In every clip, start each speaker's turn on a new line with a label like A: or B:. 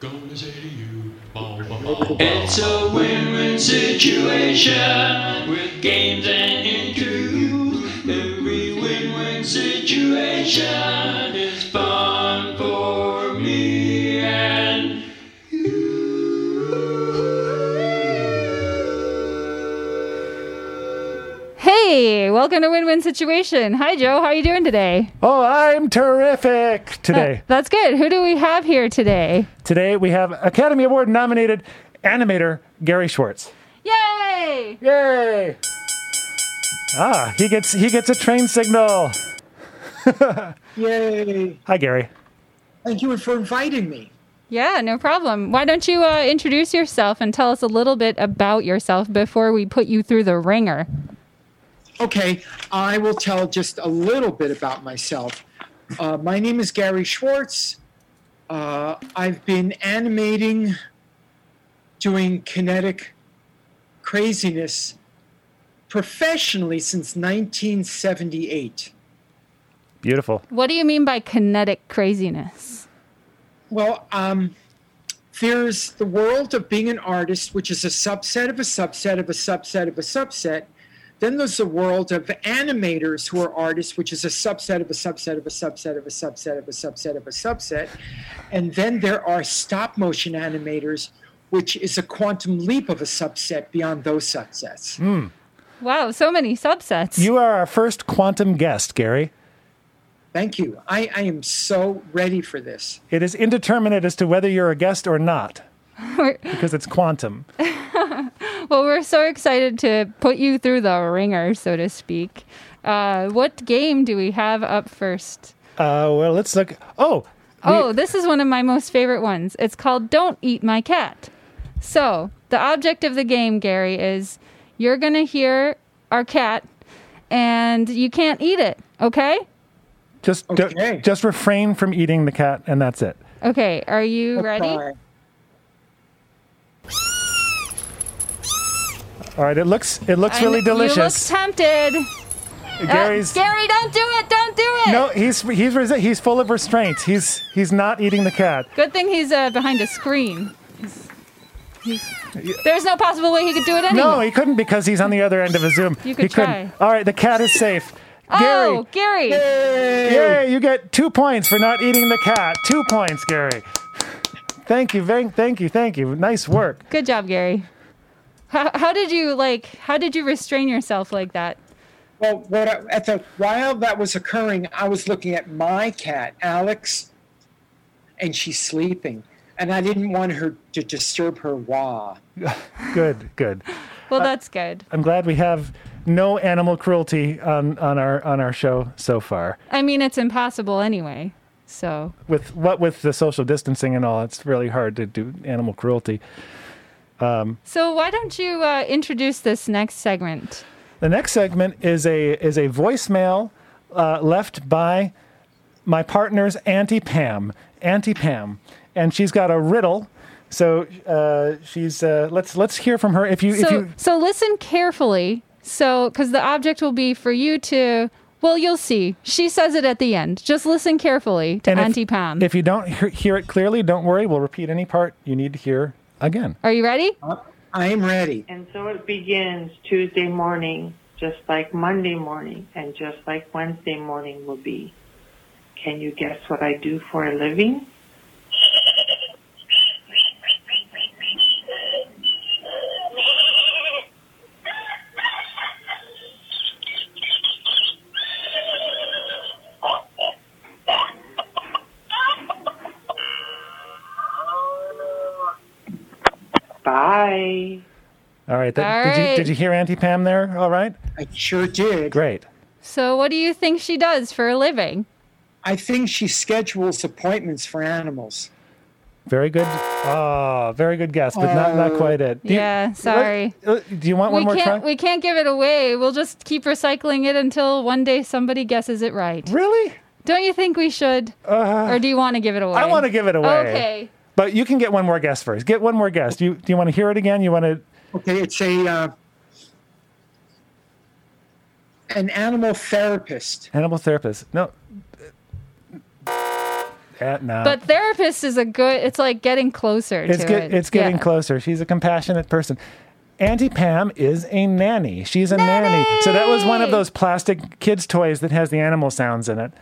A: Gonna say to you, bow, bow, bow, it's a win-win situation with games and interviews. Every win-win situation is fun for me and
B: Hey, welcome to Win Win Situation. Hi, Joe. How are you doing today?
C: Oh, I'm terrific today.
B: That's good. Who do we have here today?
C: Today we have Academy Award nominated animator Gary Schwartz.
B: Yay!
C: Yay! Ah, he gets he gets a train signal.
D: Yay!
C: Hi Gary.
D: Thank you for inviting me.
B: Yeah, no problem. Why don't you uh, introduce yourself and tell us a little bit about yourself before we put you through the ringer?
D: Okay, I will tell just a little bit about myself. Uh, my name is Gary Schwartz. Uh, I've been animating, doing kinetic craziness professionally since 1978.
C: Beautiful.
B: What do you mean by kinetic craziness?
D: Well, um, there's the world of being an artist, which is a subset of a subset of a subset of a subset. Then there's the world of animators who are artists, which is a subset of a subset of a subset of a subset of a subset of a subset. And then there are stop motion animators, which is a quantum leap of a subset beyond those subsets.
B: Hmm. Wow, so many subsets.
C: You are our first quantum guest, Gary.
D: Thank you. I, I am so ready for this.
C: It is indeterminate as to whether you're a guest or not. because it's quantum.
B: well, we're so excited to put you through the ringer, so to speak. Uh, what game do we have up first?
C: Uh, well, let's look. Oh,
B: Oh, this is one of my most favorite ones. It's called Don't Eat My Cat. So, the object of the game, Gary, is you're going to hear our cat and you can't eat it, okay?
C: just
D: Okay.
C: just refrain from eating the cat, and that's it.
B: Okay, are you ready?
D: Bye.
C: All right. It looks it looks
B: I
C: really
B: kn-
C: delicious.
B: You look tempted. Uh,
C: Gary's
B: Gary, don't do it. Don't do it.
C: no, he's he's resi- he's full of restraint. He's he's not eating the cat.
B: Good thing he's uh, behind a screen. He's- he- there's no possible way he could do it anyway.
C: No, he couldn't because he's on the other end of a Zoom.
B: You could
C: he
B: try.
C: couldn't. All right, the cat is safe.
B: oh,
C: Gary,
B: Gary.
C: yay, you get two points for not eating the cat. Two points, Gary. Thank you, thank, thank you, thank you. Nice work.
B: Good job, Gary. How, how did you like? How did you restrain yourself like that?
D: Well, what I, at the while that was occurring, I was looking at my cat, Alex, and she's sleeping, and I didn't want her to disturb her wah.
C: Good, good.
B: Well, that's good.
C: I'm glad we have no animal cruelty on, on our on our show so far.
B: I mean, it's impossible anyway. So
C: With what with the social distancing and all, it's really hard to do animal cruelty.
B: So why don't you uh, introduce this next segment?
C: The next segment is a is a voicemail uh, left by my partner's Auntie Pam, Auntie Pam, and she's got a riddle. So uh, she's uh, let's let's hear from her. If you if
B: So
C: you
B: so listen carefully. So because the object will be for you to. Well, you'll see. She says it at the end. Just listen carefully to
C: and if-
B: Auntie Pam.
C: if you don't hear, hear it clearly, don't worry. We'll repeat any part you need to hear again.
B: Are you ready?
D: I am ready.
E: And so it begins Tuesday morning, just like Monday morning, and just like Wednesday morning will be. Can you guess what I do for a living? Bye.
C: All right. that-
B: All
C: did you
B: right.
C: did you hear Auntie Pam there? All right.
D: I sure did.
C: Great.
B: So what do you think she does for a living?
D: I think she schedules appointments for animals.
C: Very good. Ah, very good guess, but not, not quite it. Do you-
B: Yeah, sorry.
C: Uh, Do you want one
B: we
C: more
B: can't.
C: try?
B: We can't give it away. We'll just keep recycling it until one day somebody guesses it right.
C: Really?
B: Don't you think we should? or do you want to give it away?
C: Uh, I want to give it away.
B: Okay.
C: But you can get one more guess first. Get one more guess. Do you, do you want to hear it again? You want to?
D: Okay, it's a uh, an animal therapist.
C: Animal therapist. No. Uh, no.
B: But therapist is a good. It's like getting closer
C: it's
B: to
C: get-
B: it.
C: it's getting
B: Yeah.
C: closer. She's a compassionate person. Auntie Pam is a nanny. She's a nanny. So that was one of
B: Nanny!
C: those plastic kids toys that has the animal sounds in it.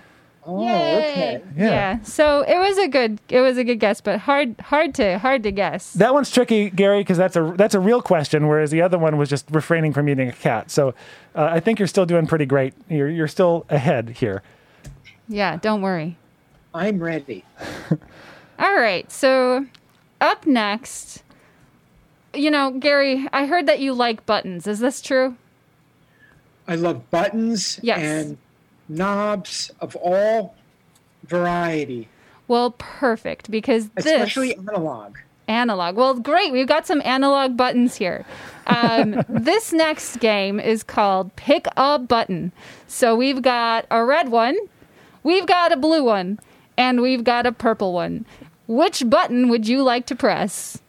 D: Oh,
B: Yay.
D: okay.
C: Yeah.
B: Yeah. So it was a good. It was a good guess, but hard. Hard to. Hard to guess.
C: That one's tricky, Gary, because that's a that's a real question, whereas the other one was just refraining from eating a cat. So uh, I think you're still doing pretty great. You're you're still ahead here.
B: Yeah. Don't worry.
D: I'm ready.
B: All right. So up next, you know, Gary, I heard that you like buttons. Is this true?
D: I love buttons
B: Yes.
D: and knobs of all variety,
B: Well, perfect because
D: especially
B: this
D: analog.
B: analog. Well, great. We've got some analog buttons here. Um, this next game is called Pick a Button. So we've got a red one, we've got a blue one, and we've got a purple one. Which button would you like to press?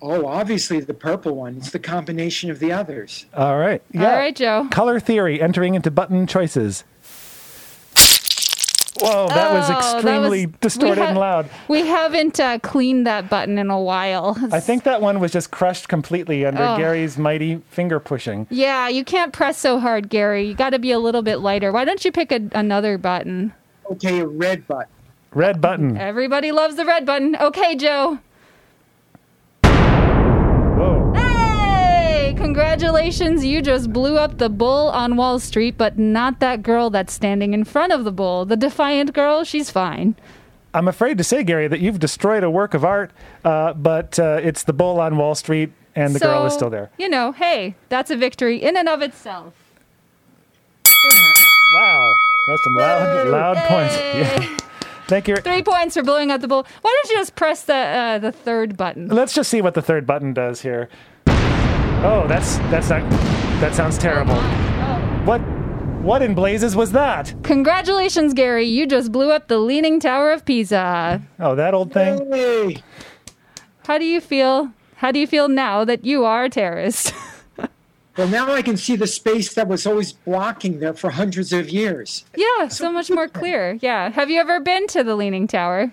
D: Oh, obviously the purple one. It's the combination of the others.
C: All right. Yeah.
B: All right, Joe.
C: Color theory entering into button choices. Whoa, that was
B: Oh, that
C: extremely
B: was- we
C: distorted
B: ha-
C: and loud.
B: We haven't uh, cleaned that button in a while.
C: I think that one was just crushed completely under
B: Oh.
C: Gary's mighty finger pushing.
B: Yeah, you can't press so hard, Gary. You got to be a little bit lighter. Why don't you pick a, another button?
D: Okay, a red button.
C: Red button.
B: Everybody loves the red button. Okay, Joe.
C: Whoa.
B: Hey! Congratulations, you just blew up the bull on Wall Street, but not that girl that's standing in front of the bull. The defiant girl, she's fine.
C: I'm afraid to say, Gary, that you've destroyed a work of art, uh, but uh, it's the bull on Wall Street and the girl is
B: So,
C: still there.
B: You know, hey, that's a victory in and of itself.
C: Wow. That's some loud, loud points. Yeah. Thank you.
B: Three points for blowing up the bull. Why don't you just press the uh, the third button?
C: Let's just see what the third button does here. Oh, that's that's not. That sounds terrible.
B: Oh.
C: What? What in blazes was that?
B: Congratulations, Gary. You just blew up the Leaning Tower of Pisa.
C: Oh, that old thing.
D: Yay!
B: How do you feel? How do you feel now that you are a terrorist?
D: Well, now I can see the space that was always blocking there for hundreds of years.
B: yeah, so much more clear. Yeah. Have you ever been to the Leaning Tower?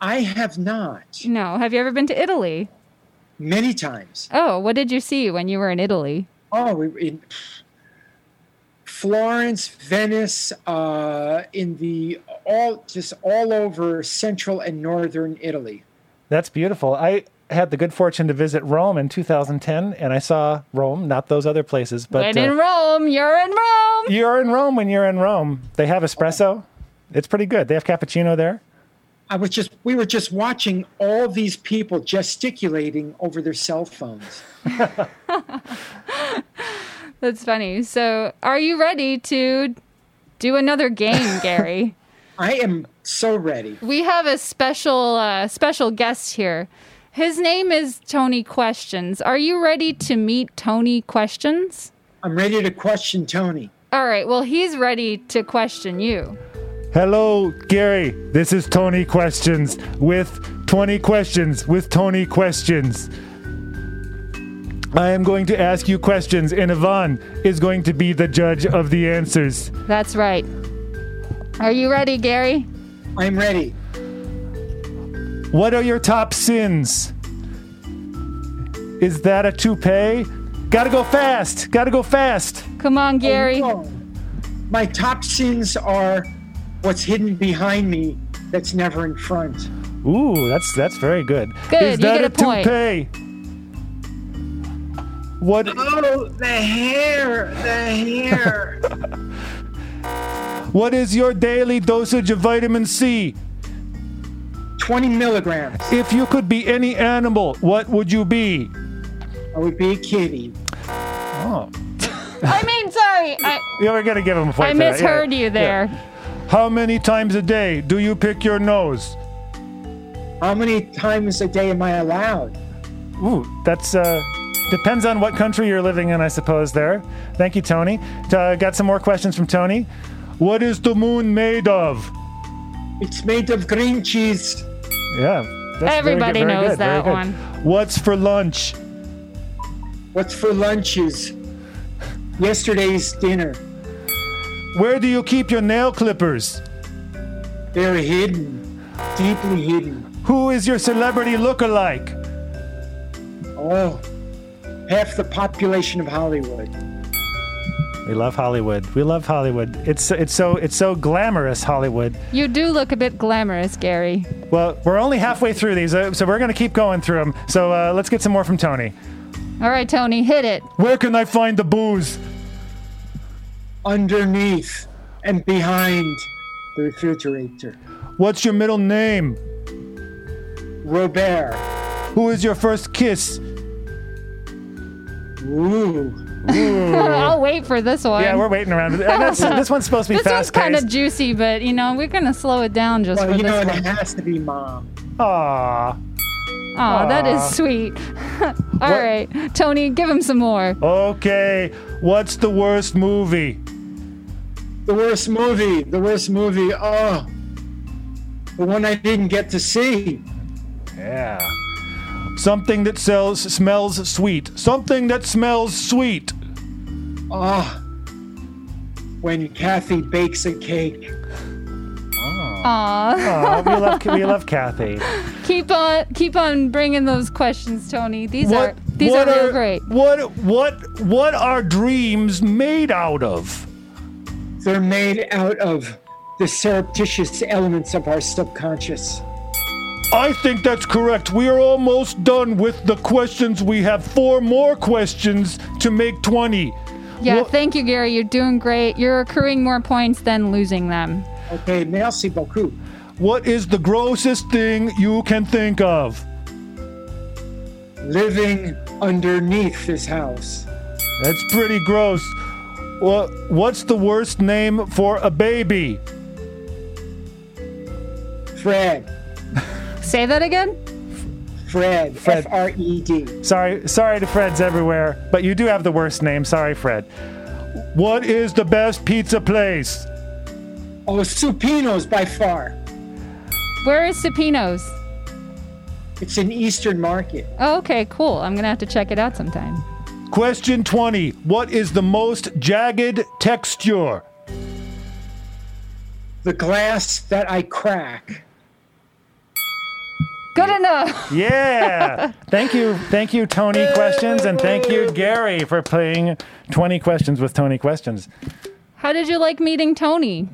D: I have not
B: No. Have you ever been to Italy?
D: many times.
B: Oh, what did you see when you were in Italy?
D: Oh, we, in Florence, Venice, uh, in the all just all over central and northern Italy.
C: That's beautiful. I had the good fortune to visit Rome in 2010, and I saw Rome, not those other places, but
B: when in
C: uh,
B: Rome, you're in Rome.
C: you're in Rome when you're in Rome. They have espresso. It's pretty good. They have cappuccino there.
D: I was just we were just watching all these people gesticulating over their cell phones.
B: That's funny. So, are you ready to do another game, Gary?
D: I am so ready.
B: we have a special uh, special guest here. His name is Tony Questions. Are you ready to meet Tony Questions?
D: I'm ready to question Tony.
B: All right. Well, he's ready to question you.
C: Hello, Gary. This is Tony Questions with 20 Questions with Tony Questions. I am going to ask you questions, and Yvonne is going to be the judge of the answers.
B: That's right. Are you ready, Gary?
D: I'm ready.
C: What are your top sins? Is that a toupee? Gotta go fast! Gotta go fast!
B: Come on, Gary.
D: Oh, My top sins are what's hidden behind me that's never in front.
C: Ooh, that's that's very good.
B: Good,
C: Is
B: you
C: that
B: get
C: a,
B: a point.
C: toupee? What
D: Oh, the hair, the hair.
C: what is your daily dosage of vitamin C?
D: 20 milligrams.
C: If you could be any animal, what would you be?
D: I would be a kitty.
C: Oh.
B: I mean, sorry. I,
C: Yeah, we're gonna give him a point.
B: I
C: for that. Yeah,
B: misheard you
C: yeah.
B: there.
C: How many times a day do you pick your nose?
D: How many times a day am I allowed?
C: Ooh, that's uh, depends on what country you're living in, I suppose. There. Thank you, Tony. Uh, got some more questions from Tony. What is the moon made of?
D: It's made of green cheese.
C: Yeah. that's very good,
B: Everybody
C: very
B: knows
C: good, very
B: that
C: good.
B: one.
C: What's for lunch?
D: What's for lunches? Yesterday's dinner.
C: Where do you keep your nail clippers?
D: They're hidden, deeply hidden.
C: Who is your celebrity look-alike?
D: Oh, half the population of Hollywood.
C: We love Hollywood. We love Hollywood. It's it's so it's so glamorous Hollywood.
B: You do look a bit glamorous, Gary.
C: Well, we're only halfway through these, uh, so we're gonna keep going through them. So uh, let's get some more from Tony.
B: All right, Tony, hit it.
C: Where can I find the booze?
D: Underneath and behind the refrigerator.
C: What's your middle name?
D: Robert.
C: Who is your first kiss?
D: Ooh.
B: I'll wait for this one.
C: Yeah, we're waiting around. And that's, this one's supposed to be
B: this one's
C: fast
B: kind of
C: paced.
B: juicy, but you know we're gonna slow it down just
D: Well,
B: for
D: you know,
B: this
D: it
B: one.
D: has to be mom.
C: Aw.
B: Aw, that is sweet. All right, Tony, give him some more.
C: Okay. What's the worst movie?
D: The worst movie. The worst movie. Oh, the one I didn't get to see.
C: Yeah. Something that sells smells sweet. Something that smells sweet.
D: Oh, when Kathy bakes a cake.
B: Aw,
C: Aw, we love we love Kathy.
B: keep on, keep on bringing those questions, Tony. These are these
C: what
B: are real great.
C: What what what are dreams made out of?
D: They're made out of the surreptitious elements of our subconscious.
C: I think that's correct. We are almost done with the questions. We have four more questions to make 20.
B: Yeah,
C: What-
B: thank you, Gary. You're doing great. You're accruing more points than losing them.
D: Okay, merci beaucoup.
C: What is the grossest thing you can think of?
D: Living underneath this house.
C: That's pretty gross. What what's the worst name for a baby?
D: Fred.
B: Say that again.
D: Fred.
C: Fred.
D: F R E D.
C: Sorry, sorry to Freds everywhere, but you do have the worst name. Sorry, Fred. What is the best pizza place?
D: Oh, Supinos by far.
B: Where is Supino's?
D: It's an Eastern market.
B: Oh, okay, cool. I'm gonna have to check it out sometime.
C: Question 20. What is the most jagged texture?
D: The glass that I crack.
B: Good enough.
C: Yeah. thank you. Thank you, Tony Questions, and thank you, Gary, for playing 20 Questions with Tony Questions.
B: How did you like meeting Tony?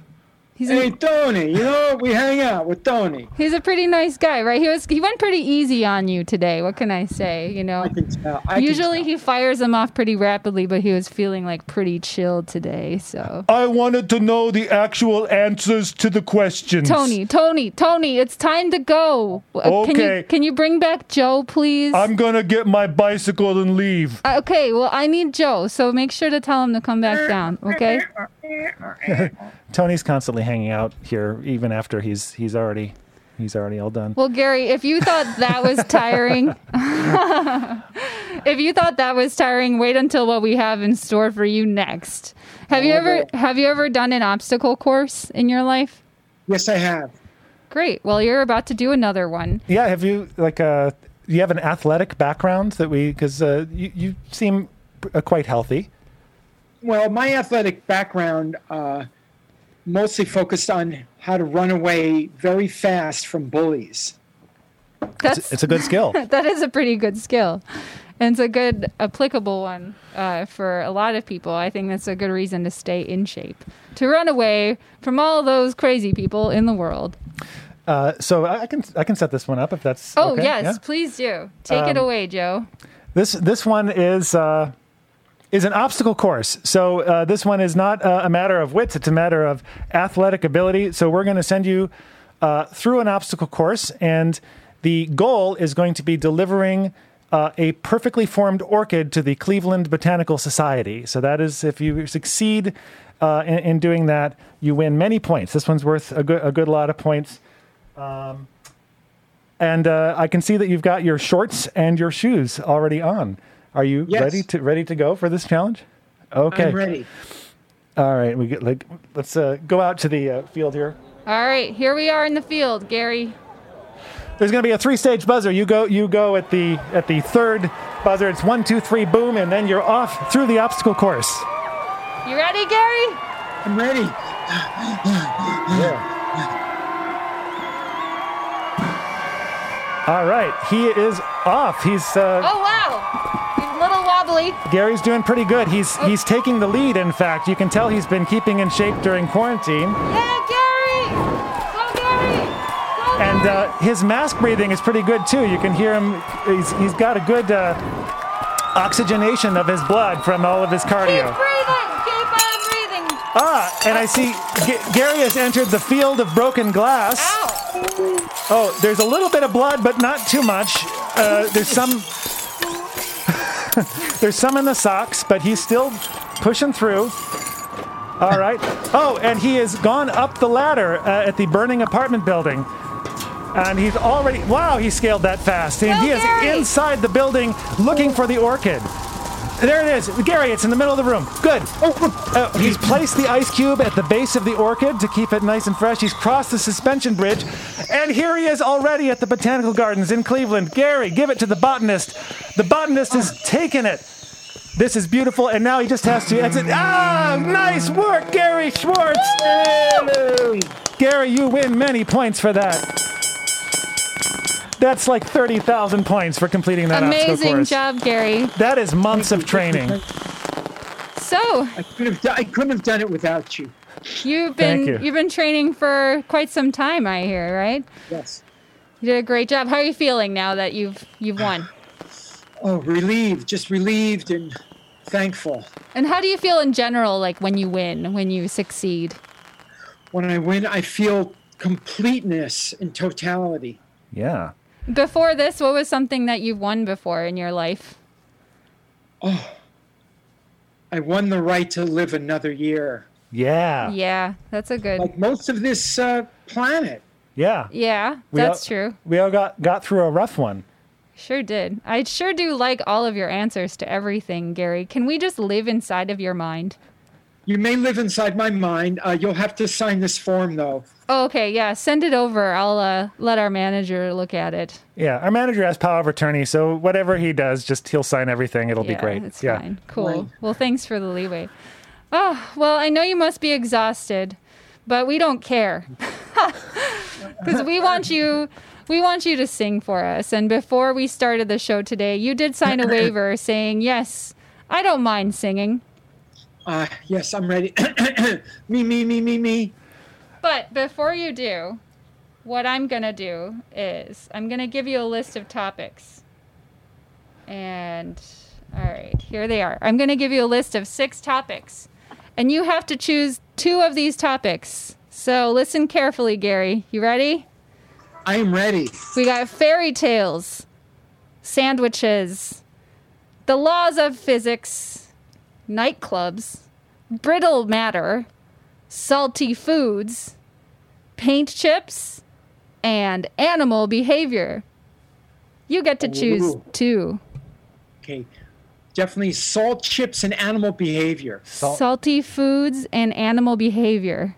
B: He's
D: Hey,
B: a,
D: Tony, you know, we hang out with Tony.
B: he's a pretty nice guy, right? He was he went pretty easy on you today. What can I say? You know,
D: I can tell. I can
B: usually
D: tell.
B: he fires them off pretty rapidly, but he was feeling like pretty chilled today. So
C: I wanted to know the actual answers to the questions.
B: Tony, Tony, Tony, it's time to go. Uh, Can
C: Okay.
B: you, can you bring back Joe, please?
C: I'm going to get my bicycle and leave.
B: Uh, okay, well, I need Joe, so make sure to tell him to come back down, okay?
C: Tony's constantly hanging out here even after he's he's already he's already all done.
B: Well, Gary, if you thought that was tiring, if you thought that was tiring, wait until what we have in store for you next. Have you ever have you ever done an obstacle course in your life?
D: Yes, I have.
B: Great. Well, you're about to do another one.
C: Yeah, have you like uh you have an athletic background that we cuz uh, you you seem uh, quite healthy.
D: Well, my athletic background uh, mostly focused on how to run away very fast from bullies.
B: That's
C: It's a good skill. Uh,
B: that is a pretty good skill. And it's a good applicable one uh, for a lot of people. I think that's a good reason to stay in shape, to run away from all those crazy people in the world.
C: Uh, so I I can I can set this one up if that's
B: Oh,
C: okay,
B: yes,
C: yeah? Um,
B: please do. Take it away, Joe.
C: This this one is uh, is an obstacle course. So uh, this one is not uh, a matter of wits; it's a matter of athletic ability. So we're going to send you uh, through an obstacle course, and the goal is going to be delivering. Uh, a perfectly formed orchid to the Cleveland Botanical Society. So that is, if you succeed uh, in, in doing that, you win many points. This one's worth a good, a good lot of points. Um, And uh, I can see that you've got your shorts and your shoes already on. Are you
D: Yes.
C: ready to ready to go for this challenge? Okay.
D: I'm ready.
C: All right. We get like let's uh, go out to the uh, field here.
B: All right, here we are in the field, Gary.
C: There's going to be a three-stage buzzer. You go you go at the at the third buzzer. It's one, two, three, boom, and then you're off through the obstacle course.
B: You ready, Gary?
D: I'm ready.
C: Yeah. All right, he is off. He's uh,
B: Oh wow, he's a little wobbly.
C: Gary's doing pretty good. He's he's taking the lead. In fact, you can tell he's been keeping in shape during quarantine,
B: Yeah, Gary! Go, Gary! Go, Gary!
C: and uh, his mask breathing is pretty good too. You can hear him. He's he's got a good uh, oxygenation of his blood from all of his
B: Keep
C: cardio.
B: breathing! Keep on breathing!
C: Ah, and I see G- Gary has entered the field of broken glass.
B: Ow!
C: Oh, there's a little bit of blood, but not too much. Uh, there's some. there's some in the socks, but he's still pushing through. All right. Oh, and he has gone up the ladder uh, at the burning apartment building. And he's already. Wow, he scaled that fast. And
B: Go,
C: he is
B: Gary!
C: inside the building looking for the orchid. There it is. Gary, it's in the middle of the room. Good. Uh, he's placed the ice cube at the base of the orchid to keep it nice and fresh. He's crossed the suspension bridge. And here he is already at the Botanical Gardens in Cleveland. Gary, give it to the botanist. The botanist has taken it. This is beautiful. And now he just has to exit. Ah, nice work, Gary Schwartz. Gary, you win many points for that. That's like 30,000 points for completing that obstacle
B: Amazing
C: course.
B: job, Gary.
C: That is months of training.
B: So
D: I couldn't have done, I couldn't have done it without you.
B: you've been
C: Thank you.
B: have been training for quite some time, I hear, right?
D: Yes.
B: You did a great job. How are you feeling now that you've you've won?
D: Oh, relieved, just relieved and thankful.
B: And how do you feel in general, like when you win, when you succeed?
D: When I win, I feel completeness and totality.
C: Yeah.
B: Before this, what was something that you've won before in your life?
D: I won the right to live another year.
C: Yeah.
B: Yeah, that's a good.
D: Like most of this uh, planet.
C: Yeah.
B: Yeah,
C: We
B: that's
C: all-
B: true.
C: We all got, got through a rough one.
B: Sure did. I sure do like all of your answers to everything, Gary. Can we just live inside of your mind?
D: You may live inside my mind. Uh, you'll have to sign this form, though.
B: Oh, okay, yeah, send it over. I'll uh, let our manager look at it.
C: Yeah. Our manager has power of attorney, so whatever he does, just he'll sign everything. It'll
B: yeah,
C: be great.
B: It's
C: yeah.
B: fine. Cool.
D: Right.
B: Well, thanks for the leeway. Oh, well, I know you must be exhausted, but we don't care. Cuz we want you we want you to sing for us. And before we started the show today, you did sign a waiver saying, "Yes, I don't mind singing."
D: Uh, yes, I'm ready. me, me, me, me, me.
B: But before you do, what I'm going to do is I'm going to give you a list of topics. And all right, here they are. I'm going to give you a list of six topics. And you have to choose two of these topics. So listen carefully, Gary. You ready?
D: I am ready.
B: We got fairy tales, sandwiches, the laws of physics, nightclubs, brittle matter, salty foods, paint chips, and animal behavior. You get to choose
D: Ooh.
B: two.
D: Okay. Definitely salt chips and animal behavior.
C: Salt-
B: Salty foods and animal behavior.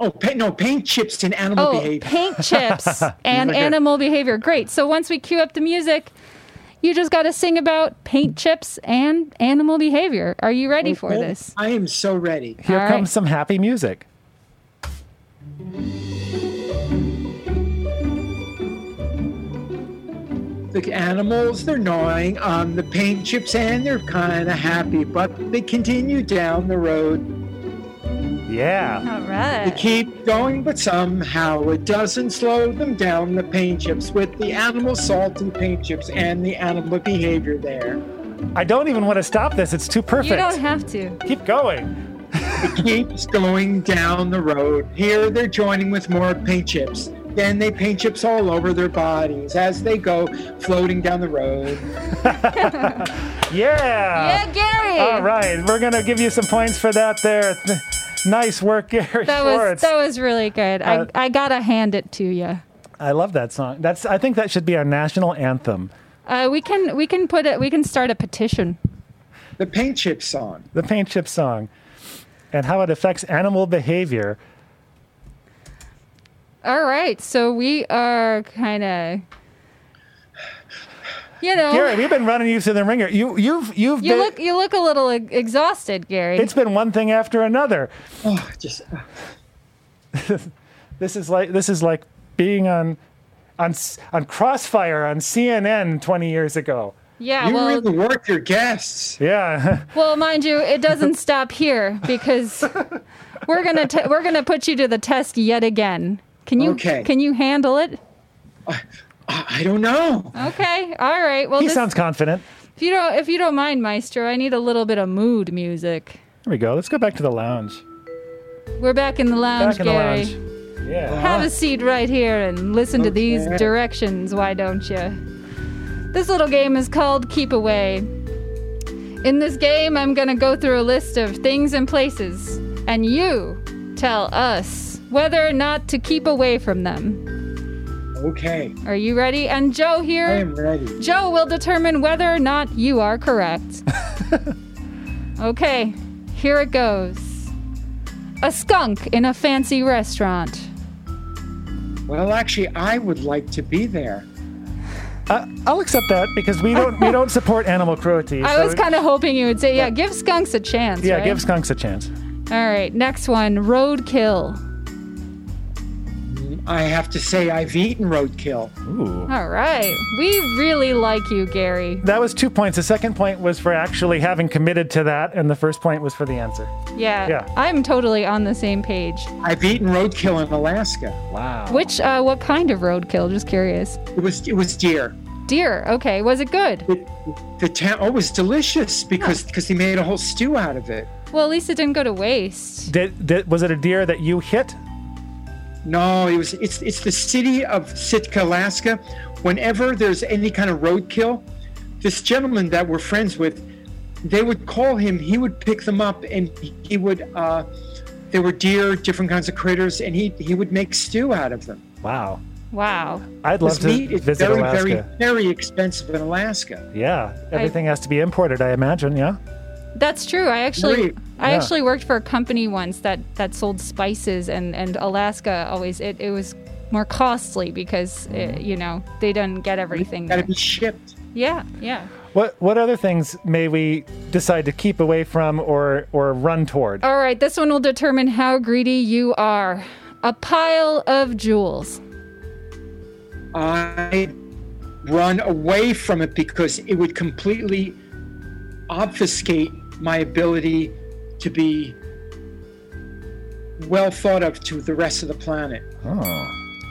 D: Oh, pa- no, paint chips and animal
B: Oh,
D: behavior.
B: paint chips and
C: Okay.
B: animal behavior. Great. So once we cue up the music, you just got to sing about paint chips and animal behavior. Are you ready for
D: Okay?
B: this?
D: Oh, I am so ready.
C: Here
B: All
C: comes
B: right.
C: some happy music.
D: The animals, they're gnawing on the paint chips and they're kind of happy, but they continue down the road.
C: Yeah.
B: All
D: They
B: right.
D: keep going, but somehow it doesn't slow them down. The paint chips with the animal salt and paint chips and the animal behavior there.
C: I don't even want to stop this. It's too perfect. Uh,
B: You don't have to.
C: Keep going.
D: keeps going down the road. Here they're joining with more paint chips. Then they paint chips all over their bodies as they go floating down the road.
C: Yeah.
B: yeah, Gary.
C: All right. We're going to give you some points for that there. Th- Nice work, Gary
B: That was
C: Schwartz.
B: that was really good.
C: Uh,
B: I I gotta hand it to you.
C: I love that song. That's I think that should be our national anthem.
B: Uh, we can we can put it. We can start a petition.
D: The paint chip song.
C: the paint chip song and how it affects animal behavior.
B: All right, so we are kind of, you know,
C: Gary, we've been running you through the ringer. You, you've, you've
B: Oh. you
C: been,
B: look you look a little e- exhausted, Gary.
C: it's been one thing after another.
D: Oh, just uh,
C: This is like, this is like being on, on, s- on Crossfire on CNN 20 years ago.
B: yeah,
D: you
B: well,
D: really work your guests.
C: Yeah.
B: well, mind you, it doesn't stop here because we're gonna t- we're gonna put you to the test yet again. Can you
D: Okay.
B: can you handle it?
D: I, I don't know.
B: Okay, all right. Well,
C: he
B: this,
C: sounds confident.
B: if you don't if you don't mind, Maestro, I need a little bit of mood music.
C: There we go. Let's go back to the lounge.
B: We're back in the lounge,
C: Back in
B: Gary.
C: the lounge. Yeah.
B: Have a seat right here and listen to these
D: Okay.
B: directions, why don't you? This little game is called Keep Away. In this game, I'm going to go through a list of things and places, and you tell us whether or not to keep away from them.
D: Okay,
B: Are you ready? And Joe
D: I
B: here,
D: am ready.
B: Joe will determine whether or not you are correct. okay, here it goes a skunk in a fancy restaurant.
D: Well, actually, I would like to be there.
C: Uh, I'll accept that because we don't, we don't support animal cruelty.
B: I
C: so-
B: was kind of hoping you would say, yeah, give skunks a chance.
C: yeah,
B: right?
C: give skunks a chance.
B: All right, next one roadkill.
D: I have to say, I've eaten roadkill.
C: Ooh.
B: All right, we really like you, Gary.
C: That was two points. The second point was for actually having committed to that, and the first point was for the answer.
B: Yeah,
C: Yeah.
B: I'm totally on the same page.
D: I've eaten roadkill in Alaska.
C: Wow.
B: Which, uh, what kind of roadkill? Just curious.
D: It was it was deer.
B: Deer. Okay, was it good?
D: It, the town. Oh, it was delicious because because they made a whole stew out of it.
B: Well, at least it didn't go to waste.
C: Did, did, was it a deer that you hit?
D: No, it was it's it's the city of Sitka, Alaska. Whenever there's any kind of roadkill, this gentleman that we're friends with, they would call him. He would pick them up, and he would. Uh, there were deer, different kinds of critters, and he he would make stew out of them.
C: Wow.
B: Wow.
C: I'd love
D: This
C: to
D: meat is
C: visit
D: very,
C: Alaska.
D: very, very expensive in Alaska.
C: Yeah, everything has to be imported, I imagine. Yeah.
B: That's true. I actually,
D: Great.
B: I
C: Yeah.
B: actually worked for a company once that that sold spices, and and Alaska always it, it was more costly because
C: Mm-hmm.
B: it, you know they didn't get everything.
D: Got to
B: there.
D: be shipped.
B: Yeah, yeah.
C: What What other things may we decide to keep away from or or run toward?
B: All right, this one will determine how greedy you are. A pile of jewels.
D: I run away from it because it would completely obfuscate my ability to be well thought of to the rest of the planet.
C: Oh,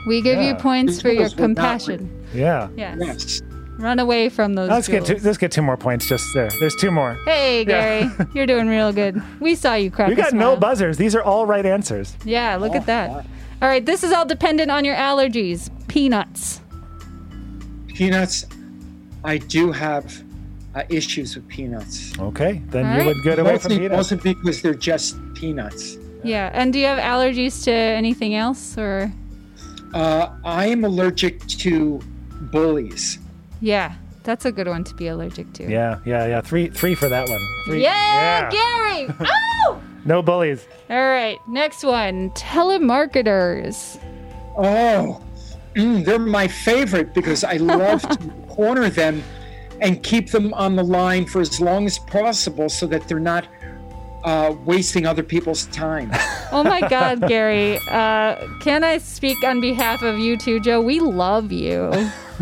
B: We give you
C: Yeah.
B: points
D: The
B: for your
D: jewels would not
B: compassion.
C: yeah.
B: Yes.
D: Yes.
B: Run away from those
C: Let's get
B: jewels.
C: two, let's get two more points just there. There's two more.
B: hey, Gary, you're doing real good. We saw you crack
C: We
B: a
C: got
B: smile.
C: no buzzers. These are all right answers.
B: Yeah, look
D: Oh,
B: at that. All right, this is all dependent on your allergies. Peanuts.
D: Peanuts, I do have uh, issues with peanuts.
C: Okay, then
B: All
C: you
B: right.
C: would get away from
D: Mostly,
C: peanuts.
D: mostly because they're just peanuts.
B: Yeah, and do you have allergies to anything else or
D: Uh, I am allergic to bullies.
B: Yeah, that's a good one to be allergic to.
C: Yeah, yeah, yeah. Three three for that one. Three.
B: Yeah, Gary. Oh!
C: No bullies.
B: All right, next one. Telemarketers.
D: Oh, mm, they're my favorite because I love to corner them and keep them on the line for as long as possible so that they're not uh, wasting other people's time.
B: Oh my God, Gary. Uh, can I speak on behalf of you too, Joe? We love you.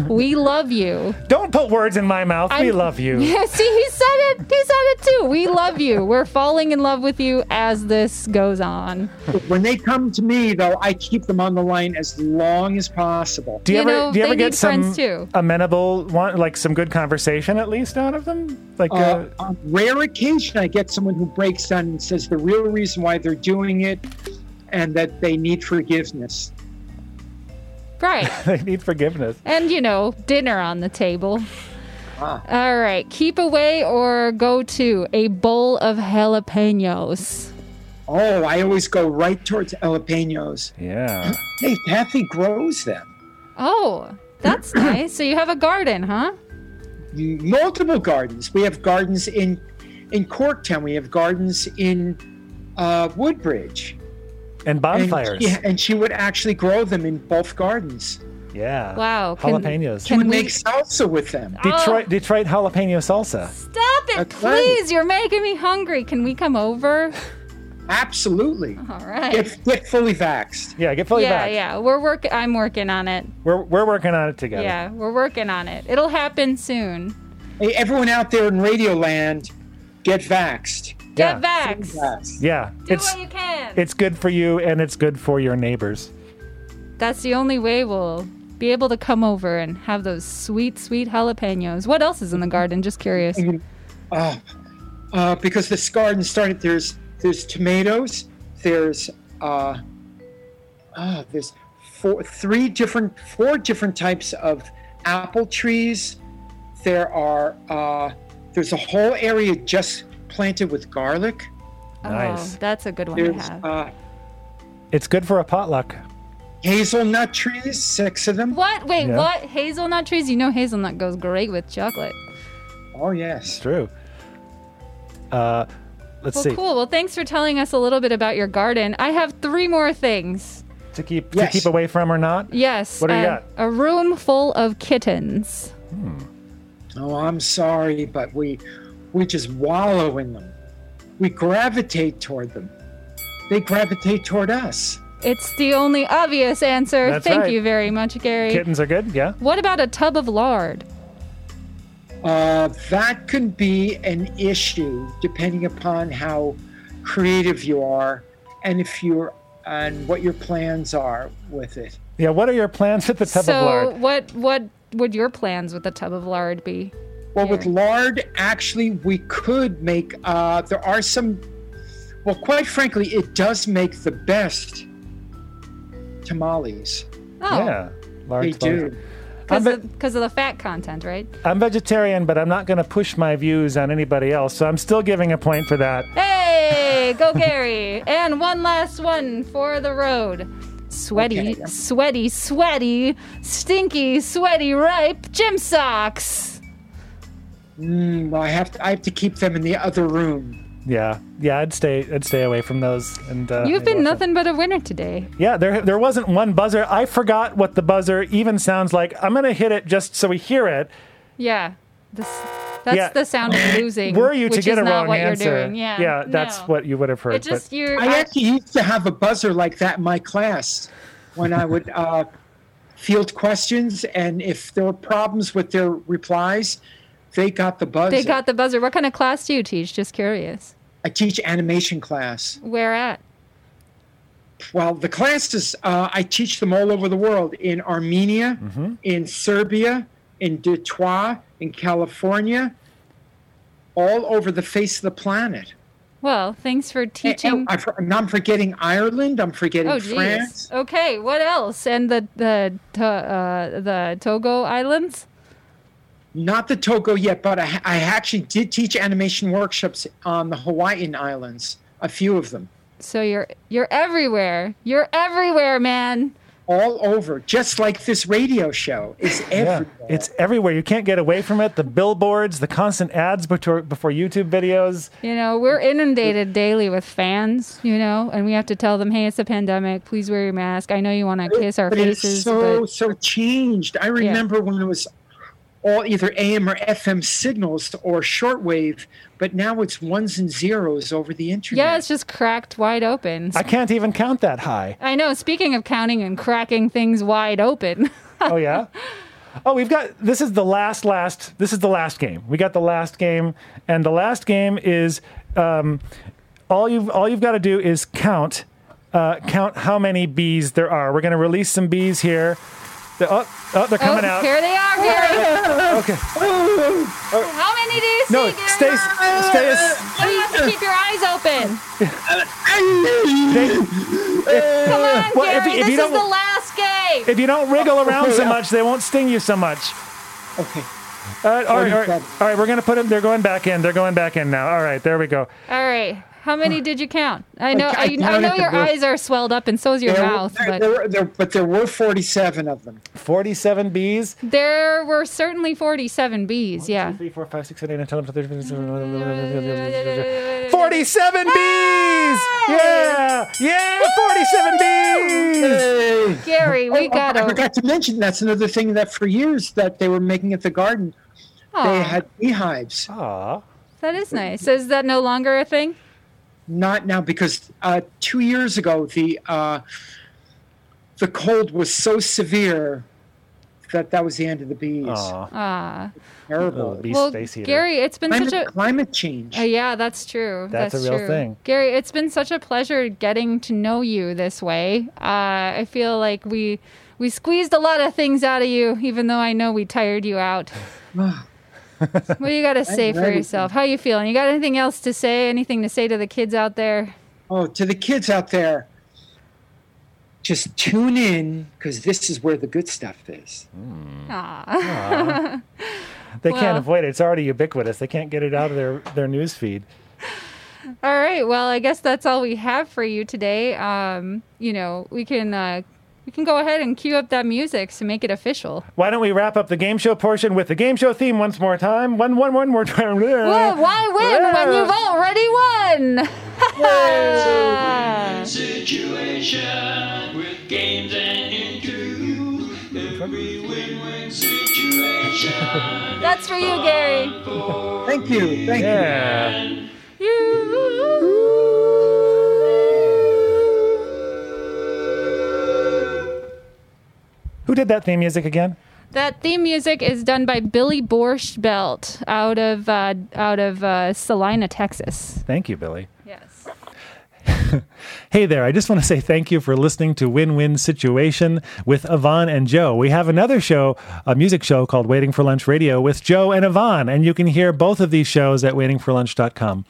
B: We love you.
C: Don't put words in my mouth. we
B: I'm-
C: love you.
B: Yeah, see, he said it. He said it too. We love you. We're falling in love with you as this goes on.
D: when they come to me, though, I keep them on the line as long as possible.
C: Do you,
B: You
C: ever
B: know,
C: do you ever
B: they
C: get
B: need
C: some
B: friends, too.
C: amenable want like some good conversation at least out of them? Like
D: Uh,
C: uh,
D: on rare occasion, I get someone who breaks down and says the real reason why they're doing it and that they need forgiveness.
B: Right.
C: they need forgiveness.
B: And, you know, dinner on the table. All right. Keep away or go to a bowl of jalapenos.
D: Oh, I always go right towards jalapenos.
C: Yeah.
D: Hey, Kathy grows them.
B: Oh, that's nice. So you have a garden, huh?
D: multiple gardens. We have gardens in in Corktown. We have gardens in uh, Woodbridge.
C: And
D: And,
C: bonfires.
D: yeah, and she would actually grow them in both gardens.
C: Yeah.
B: Wow, can-
C: Jalapenos.
D: She
B: can-
D: would
B: we-
D: make salsa with them.
C: Detroit Detroit jalapeno salsa.
B: Stop it,
D: That's right.
B: please. You're making me hungry. Can we come over?
D: Absolutely.
B: All right.
D: Get, get fully vaxxed.
C: Yeah, get fully
B: yeah,
C: back.
B: yeah. We're work I'm working on it.
C: We're we're working on it together.
B: Yeah, we're working on it. It'll happen soon.
D: Hey, everyone out there in Radio Land, get vaxxed.
B: Get
C: Yeah.
B: vax.
D: Vaxxed.
C: Yeah.
B: Do
C: it's
B: what you can.
C: it's good for you and it's good for your neighbors.
B: That's the only way we'll be able to come over and have those sweet, sweet jalapenos. What else is in the garden? Just curious.
D: Oh, uh, because this garden started. There's there's tomatoes. There's uh, uh, there's four, three different, four different types of apple trees. There are uh, there's a whole area just planted with garlic.
C: Nice.
B: Oh, that's a good one to
D: There's
B: have.
D: uh,
C: It's good for a potluck.
D: hazelnut trees, six of them.
B: what? Wait,
C: Yeah.
B: what? Hazelnut trees? You know hazelnut goes great with chocolate.
D: Oh yes.
C: True. Uh let's
B: Well,
C: see.
B: cool. Well, thanks for telling us a little bit about your garden. I have three more things.
C: To keep
D: Yes.
C: to keep away from or not?
B: Yes.
C: What do you
B: uh,
C: got?
B: A room full of kittens.
D: Oh, I'm sorry, but we we just wallow in them. We gravitate toward them. They gravitate toward us.
B: It's the only obvious answer.
C: That's
B: Thank
C: right.
B: you very much, Gary.
C: Kittens are good, yeah.
B: What about a tub of lard?
D: Uh, that can be an issue depending upon how creative you are and if you're and what your plans are with it.
C: Yeah, what are your plans with the tub
B: so,
C: of lard?
B: what what would your plans with a tub of lard be?
D: Well, with lard, actually, we could make. Uh, there are some. Well, quite frankly, it does make the best tamales.
B: Oh,
C: Yeah.
D: They
C: Lard
D: do.
B: because
C: I
B: of, 'cause of the fat content, right?
C: I'm vegetarian, but I'm not going to push my views on anybody else, so I'm still giving a point for that.
B: Hey, go Gary! and one last one for the road. Sweaty,
D: Okay.
B: sweaty, sweaty, stinky, sweaty, ripe gym socks.
D: Mm, well, I have to. I have to keep them in the other room.
C: Yeah, yeah, I'd stay, I'd stay away from those. And uh,
B: You've
C: maybe
B: been
C: I'll-
B: nothing but a winner today.
C: Yeah, there, there wasn't one buzzer. I forgot what the buzzer even sounds like. I'm gonna hit it just so we hear it.
B: Yeah, this, that's
C: Yeah.
B: the sound of losing.
C: Were you to
B: which
C: get
B: is
C: a
B: not
C: wrong
B: what
C: answer?
B: You're doing. Yeah,
C: that's
B: no.
C: what you would have heard.
B: It just
C: but
B: you're.
D: I actually used to have a buzzer like that in my class when I would uh, field questions, and if there were problems with their replies, they got the buzzer.
B: they got the buzzer. What kind of class do you teach? Just curious.
D: I teach animation class.
B: Where at?
D: Well, the classes uh, I teach them all over the world in Armenia, in Serbia, in Detroit, in California, all over the face of the planet.
B: Well, thanks
D: Eh,
B: for teaching.
D: And I, am forgetting Ireland. I'm forgetting
B: oh,
D: France.
B: jeez. Okay, what else? And the the to- uh, the Togo Islands.
D: Not the Togo yet, but I, I actually did teach animation workshops on the Hawaiian Islands, a few of them,
B: So you're you're everywhere. You're everywhere, man.
D: all over, just like this radio show is
C: yeah,
D: everywhere.
C: it's everywhere. You can't get away from it. The billboards, the constant ads before, before YouTube videos.
B: You know we're inundated daily with fans. You know, and we have to tell them, hey, it's a pandemic. Please wear your mask. I know you want to kiss our
D: but
B: faces,
D: It's so
B: but
D: so changed. I remember when it was all either AM or FM signals or shortwave, but now it's ones and zeros over the internet.
B: yeah, it's just cracked wide open.
C: I can't even count that high.
B: I know. Speaking of counting and cracking things wide open.
C: Oh yeah. Oh, we've got this is the last last this is the last game. We got the last game, and the last game is um, all you've all you've got to do is count uh, count how many bees there are. We're gonna release some bees here. They're, oh, oh, they're coming
B: oh,
C: out.
B: Here they are, Gary.
C: Okay.
B: How many do you see?
C: No,
B: Gary?
C: stay s- stay. s-
B: You have to keep your eyes open.
C: They,
B: Come on,
C: Well,
B: Gary.
C: if you- if
B: this
C: you
B: is
C: don't-
B: the last game.
C: if you don't wriggle around so much, they won't sting you so much.
D: okay.
C: All right, all right, all right,
D: Forty-seven.
C: all right. We're gonna put them. They're going back in. They're going back in now. All right, there we go.
B: All right. How many did you count? I know, I,
D: I
B: I know
D: counted
B: your
D: the-
B: eyes are swelled up and so's your
D: There,
B: mouth,
D: there-
B: but
D: there were- there- but there were 47 of them.
C: 47 bees.
B: there were certainly 47 bees. Yeah.
C: 3, 4, 5, 6, 7, 8, 9, 10, 11, 12, 47 bees! Yeah! Yeah! 47 bees!
D: Hey!
B: Gary, we got
D: I
B: a.
D: forgot to mention that's another thing that for years that they were making at the garden. They
B: Aw,
D: had beehives.
C: Aw.
B: that is nice. So is that no longer a thing?
D: Not now because uh, two years ago the uh, the cold was so severe that that was the end of the bees.
C: Aw.
B: Ah,
D: Terrible.
C: Little bee
B: well,
C: space heater.
B: Gary, it's been such
D: Climate,
B: a.
D: climate change.
B: Uh, yeah, that's true.
C: That's a real
B: true.
C: thing.
B: Gary, it's been such a pleasure getting to know you this way. Uh, I feel like we we squeezed a lot of things out of you, even though I know we tired you out. what do you got to say for
D: ready.
B: yourself? How you feeling? You got anything else to say? Anything to say to the kids out there?
D: Oh, to the kids out there, just tune in because this is where the good stuff is.
B: Aw.
C: They
B: Well-
C: can't avoid it. It's already ubiquitous. They can't get it out of their, their news feed.
B: All right. Well, I guess that's all we have for you today. Um, you know, we can uh, we can go ahead and cue up that music to make it official.
C: Why don't we wrap up the game show portion with the game show theme once more time? One, one, one more time.
B: Well, why win when you've already won?
A: Situation with games and intrigue. Every win-win situation.
B: That's for you, Gary.
D: Thank you. Thank you.
C: Yeah. Who did that theme music again?
B: That theme music is done by Billy Borscht Belt out of uh, out of uh, Salina, Texas.
C: Thank you, Billy.
B: Yes.
C: Hey there, I just want to say thank you for listening to Win Win Situation with Yvonne and Joe. We have another show, a music show called Waiting for Lunch Radio with Joe and Yvonne, and you can hear both of these shows at waitingforlunch.com.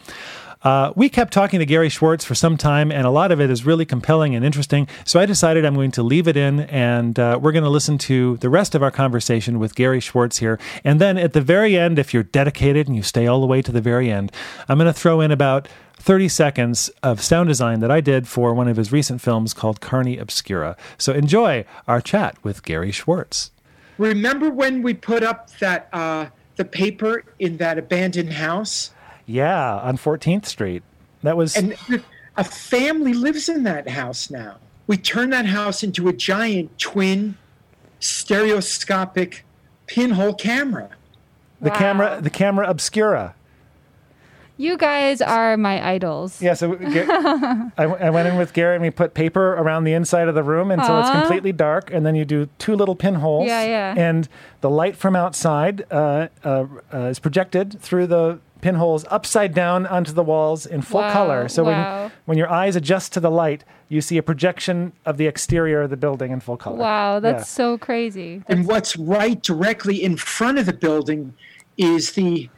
C: Uh, we kept talking to Gary Schwartz for some time, and a lot of it is really compelling and interesting. So I decided I'm going to leave it in, and uh, we're going to listen to the rest of our conversation with Gary Schwartz here. And then at the very end, if you're dedicated and you stay all the way to the very end, I'm going to throw in about 30 seconds of sound design that I did for one of his recent films called Carney Obscura. So enjoy our chat with Gary Schwartz.
D: Remember when we put up that uh, the paper in that abandoned house,
C: Yeah, on 14th Street. That was
D: and a family lives in that house now. We turned that house into a giant twin, stereoscopic, pinhole camera.
C: the
B: Wow.
C: camera the camera obscura.
B: You guys are my idols.
C: Yeah, so we- Ga- I, w- I went in with Gary and we put paper around the inside of the room, and so it's
B: Aw.
C: completely dark. And then you do two little pinholes.
B: Yeah, yeah.
C: And the light from outside uh, uh, uh, is projected through the pinholes upside down onto the walls in full
B: Wow,
C: color. So
B: wow.
C: when when your eyes adjust to the light, you see a projection of the exterior of the building in full color.
B: Wow, that's
C: Yeah.
B: so crazy.
D: and what's right directly in front of the building is the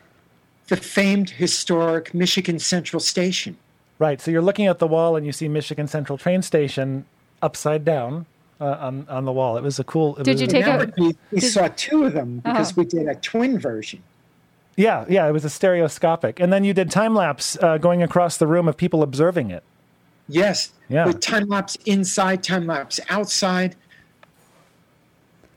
D: the famed historic Michigan Central Station.
C: Right. So you're looking at the wall and you see Michigan Central train station upside down uh, on on the wall. It was a cool. it
B: Did
C: was
B: you
C: a-
B: take
D: Now
B: a- Uh-huh.
D: we, we saw two of them because we did a twin version.
C: Yeah, yeah, it was a stereoscopic, and then you did time lapse uh, going across the room of people observing it.
D: Yes,
C: Yeah.
D: with time lapse inside, time lapse outside.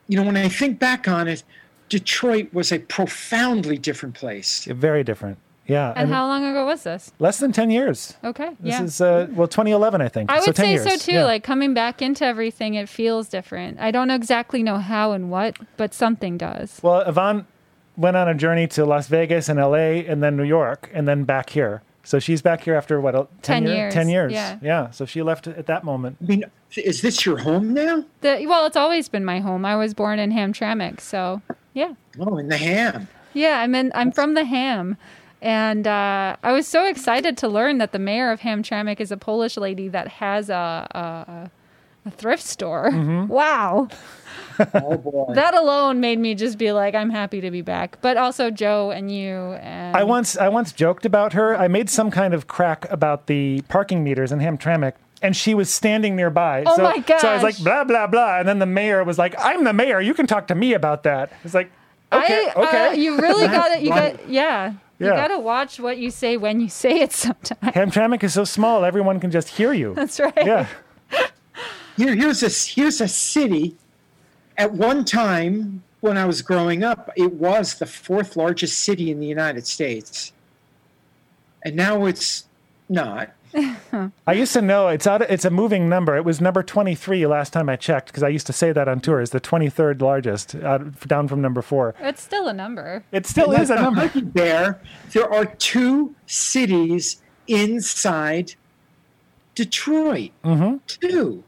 D: You know, when I think back on it, Detroit was a profoundly different place.
C: Very different. Yeah,
B: And
C: I mean,
B: how long ago was this?
C: less than ten years.
B: Okay.
C: This
B: yeah.
C: is uh, well, 2011, I think.
B: I
C: so
B: would
C: 10
B: say
C: years.
B: so too.
C: Yeah.
B: Like coming back into everything, it feels different. I don't exactly know how and what, but something does.
C: well, Yvonne went on a journey to Las Vegas and L.A. and then New York and then back here. So she's back here after what? uh,
B: 10
C: Ten, year-
B: years,
C: Ten years.
B: yeah.
C: So she left at that moment.
D: I mean, is this your home now?
B: The, well, it's always been my home. I was born in Hamtramck, so yeah.
D: Oh, in the ham.
B: Yeah, I'm in, I'm from the Ham, and uh, I was so excited to learn that the mayor of Hamtramck is a Polish lady that has a a, a thrift store.
C: Mm-hmm.
B: Wow,
D: Oh boy.
B: that alone made me just be like, I'm happy to be back. But also Joe and you and
C: I once I once joked about her. I made some kind of crack about the parking meters in Hamtramck, and she was standing nearby.
B: Oh
C: so,
B: my
C: So I was like
B: gosh.
C: blah blah blah, and then the mayor was like, "I'm the mayor. You can talk to me about that." It's like, okay,
B: I, uh,
C: okay.
B: you really got it. You
D: Right.
B: got yeah. You
C: Yeah.
B: gotta watch what you say when you say it sometimes.
C: Hamtramck is so small, everyone can just hear you.
B: That's right.
C: Yeah.
D: Here, here's a here's a city. At one time, when I was growing up, it was the fourth largest city in the United States, and now it's not.
C: I used to know it's out. It's a moving number. It was number 23 last time I checked because I used to say that on tour. It's the 23rd largest, out, down from number four.
B: It's still a number.
C: It still is a number.
D: Lucky Bear, there are two cities inside Detroit. Two.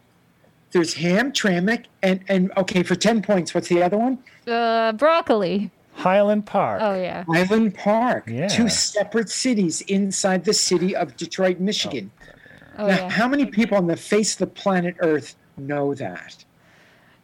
D: There's Hamtramck and and okay for ten points. What's the other one?
B: Uh, broccoli.
C: Highland Park.
B: Oh yeah.
D: Highland Park.
C: Yeah.
D: Two separate cities inside the city of Detroit, Michigan.
B: Oh
D: now,
B: yeah.
D: how many people on the face of the planet Earth know that?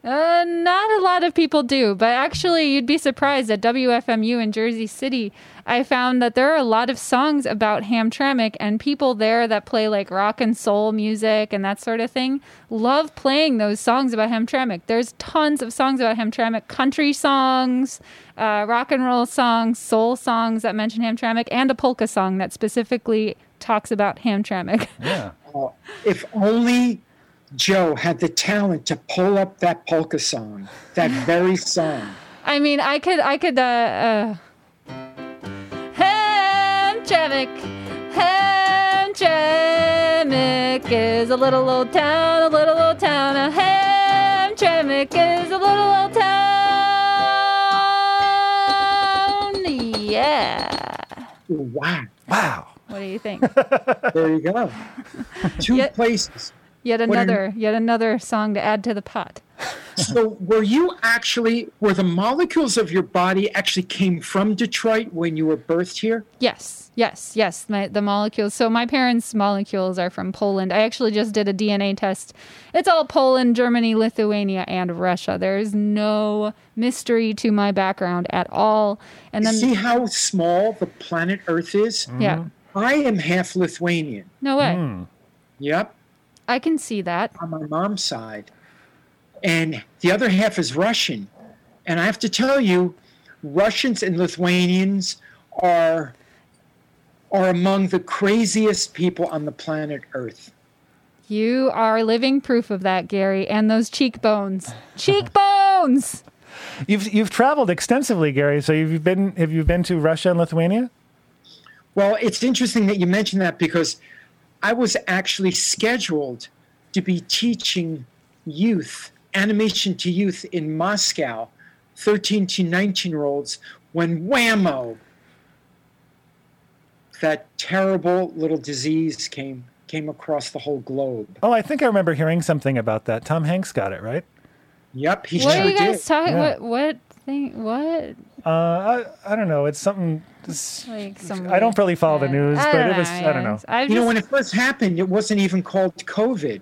B: Uh, not a lot of people do, but actually, you'd be surprised at WFMU in Jersey City. I found that there are a lot of songs about Hamtramck, and people there that play like rock and soul music and that sort of thing love playing those songs about Hamtramck. There's tons of songs about Hamtramck country songs, uh, rock and roll songs, soul songs that mention Hamtramck, and a polka song that specifically talks about Hamtramck.
C: Yeah.
D: Oh, if only Joe had the talent to pull up that polka song, that very song.
B: I mean, I could, I could, uh, uh. Hamtramck, Hamtramck is a little old town, a little old town. A Hamtramck is a little old town. Yeah.
D: Wow.
C: Wow.
B: What do you think?
D: There you go. Two
B: Yet-
D: places.
B: Yet
D: are you-
B: another, yet another song to add to the pot.
D: So were you actually were the molecules of your body actually came from Detroit when you were birthed here?
B: Yes, yes, yes. My, the molecules. So my parents' molecules are from Poland. I actually just did a DNA test. It's all Poland, Germany, Lithuania, and Russia. There is no mystery to my background at all. And then,
D: See how small the planet Earth is?
B: yeah,
D: I am half Lithuanian.
B: no way.
C: Hmm.
D: Yep,
B: I can see that.
D: on my mom's side. And the other half is Russian. And I have to tell you, Russians and Lithuanians are are among the craziest people on the planet Earth.
B: You are living proof of that, Gary. And those cheekbones, cheekbones.
C: You've you've traveled extensively, Gary. So you've been have you been to Russia and Lithuania?
D: Well, it's interesting that you mentioned that because I was actually scheduled to be teaching youth animation to youth in Moscow, 13 to 19 year olds, when whammo, that terrible little disease came came across the whole globe.
C: Oh, I think I remember hearing something about that. Tom Hanks got it right.
D: Yep, he
B: What
D: sure
B: are you guys
D: did.
B: talking?
C: Yeah.
B: What what thing? What
C: Uh, I I don't know. It's something. it's-
B: like some?
C: I don't really follow the
B: I
C: news,
B: don't
C: but it
B: know,
C: was. I don't
B: yeah.
C: know.
B: I've
D: you know,
B: just-
D: when it first happened, it wasn't even called COVID.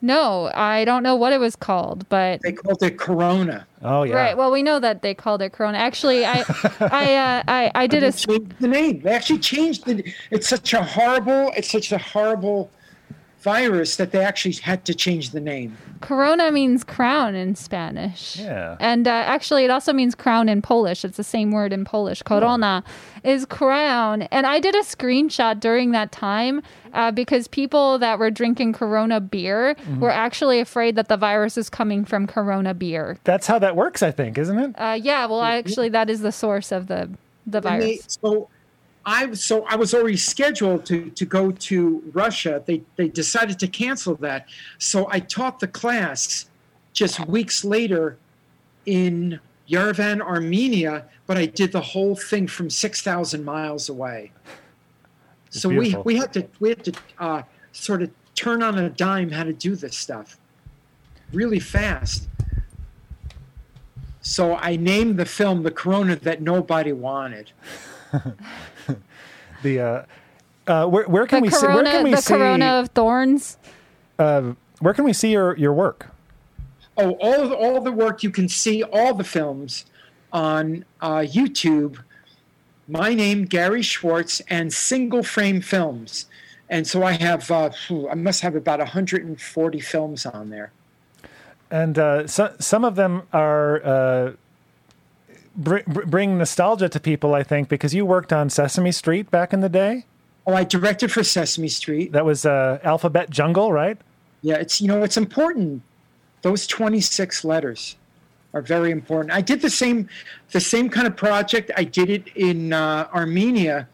B: No, I don't know what it was called, but
D: They called it Corona.
C: Oh yeah.
B: right. Well, we know that they called it Corona. Actually, I, I, uh, I, I did a. s-
D: changed the name. They actually changed the. It's such a horrible. It's such a horrible virus that they actually had to change the name.
B: Corona means crown in Spanish.
C: Yeah.
B: And uh, actually, it also means crown in Polish. It's the same word in
C: Hmm.
B: Polish. Corona is crown. And I did a screenshot during that time uh, because people that were drinking Corona beer
C: Mm-hmm.
B: were actually afraid that the virus is coming from Corona beer.
C: That's how that works, I think, isn't it?
B: Uh, yeah. Well, actually, that is the source of the the
D: And
B: virus.
D: they- so I so I was already scheduled to to go to Russia. They they decided to cancel that. So I taught the class just weeks later in Yerevan, Armenia, but I did the whole thing from six thousand miles away. So we,
C: beautiful.
D: we had to we had to uh, sort of turn on a dime how to do this stuff really fast. So I named the film "The Corona That Nobody Wanted."
C: The uh, uh, where, where can
B: the
C: we see?
B: corona,
C: Where can we
B: the
C: see?
B: corona of thorns.
C: Uh, where can we see your your work?
D: Oh, all of, all the work you can see, all the films on uh, YouTube. My name Gary Schwartz and Single Frame Films, and so I have uh, phew, I must have about 140 films on there.
C: And uh, so, some of them are uh, br- br- bring nostalgia to people, I think, because you worked on Sesame Street back in the day.
D: Oh, I directed for Sesame Street.
C: That was uh, Alphabet Jungle, right?
D: Yeah, it's you know it's important. Those twenty six letters are very important. I did the same the same kind of project. I did it in uh, Armenia.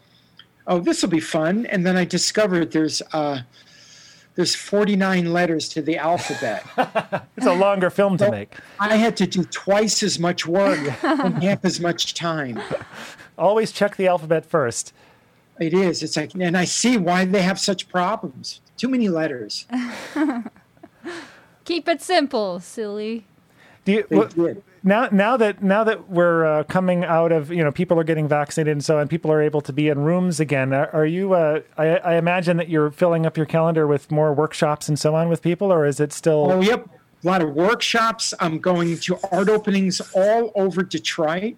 D: Oh, this will be fun. And then I discovered there's uh, there's forty nine letters to the alphabet.
C: It's a longer film to make.
D: I had to do twice as much work and half as much time.
C: Always check the alphabet first.
D: It is. It's like, and I see why they have such problems. Too many letters.
B: Keep it simple, silly.
C: Do you,
D: They
C: wha-
D: did.
C: now now that now that we're uh, coming out of you know people are getting vaccinated and so and people are able to be in rooms again are, are you uh, I, I imagine that you're filling up your calendar with more workshops and so on with people or is it still
D: Oh, yep. A lot of workshops. I'm going to art openings all over Detroit,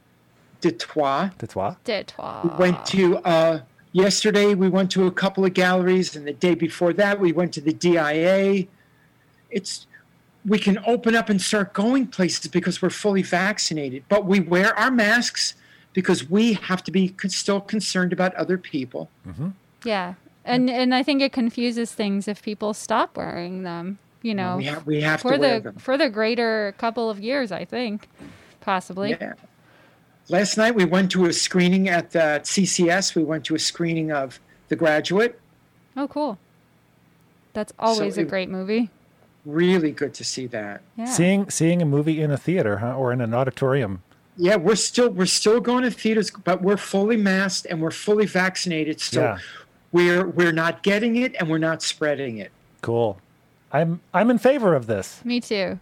D: Detroit.
C: Detroit?
B: Détoile.
D: went to uh, yesterday we went to a couple of galleries and the day before that we went to the dia it's we can open up and start going places because we're fully vaccinated but we wear our masks because we have to be con- still concerned about other people
B: Yeah. And and I think it confuses things if people stop wearing them, you know.
D: we have, we have to
B: Oh. for
D: wear
B: the
D: them
B: for the greater couple of years, I think. Possibly.
D: yeah last night we went to a screening at the ccs we went to a screening of the graduate
B: Oh cool. That's always a
D: it-
B: great movie.
D: really good to see that
B: Yeah.
C: Seeing seeing a movie in a theater huh? or in an auditorium.
D: Yeah, we're still we're still going to theaters, but we're fully masked and we're fully vaccinated, so
C: Yeah.
D: we're we're not getting it and we're not spreading it.
C: Cool. I'm I'm in favor of this.
B: Me too.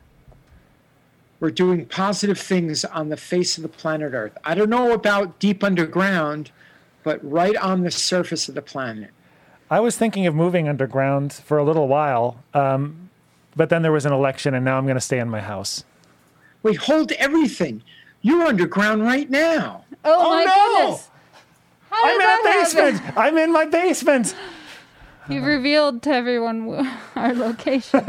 D: We're doing positive things on the face of the planet Earth. I don't know about deep underground, but right on the surface of the planet.
C: I was thinking of moving underground for a little while, um, but then there was an election, and now I'm going to stay in my house.
D: We hold everything. You're underground right now.
B: Oh,
C: Oh,
B: my
C: no!
B: goodness. How did
C: I'm in
B: that
C: a
B: happen?
C: basement. I'm in my basement.
B: You've revealed to everyone w- our location.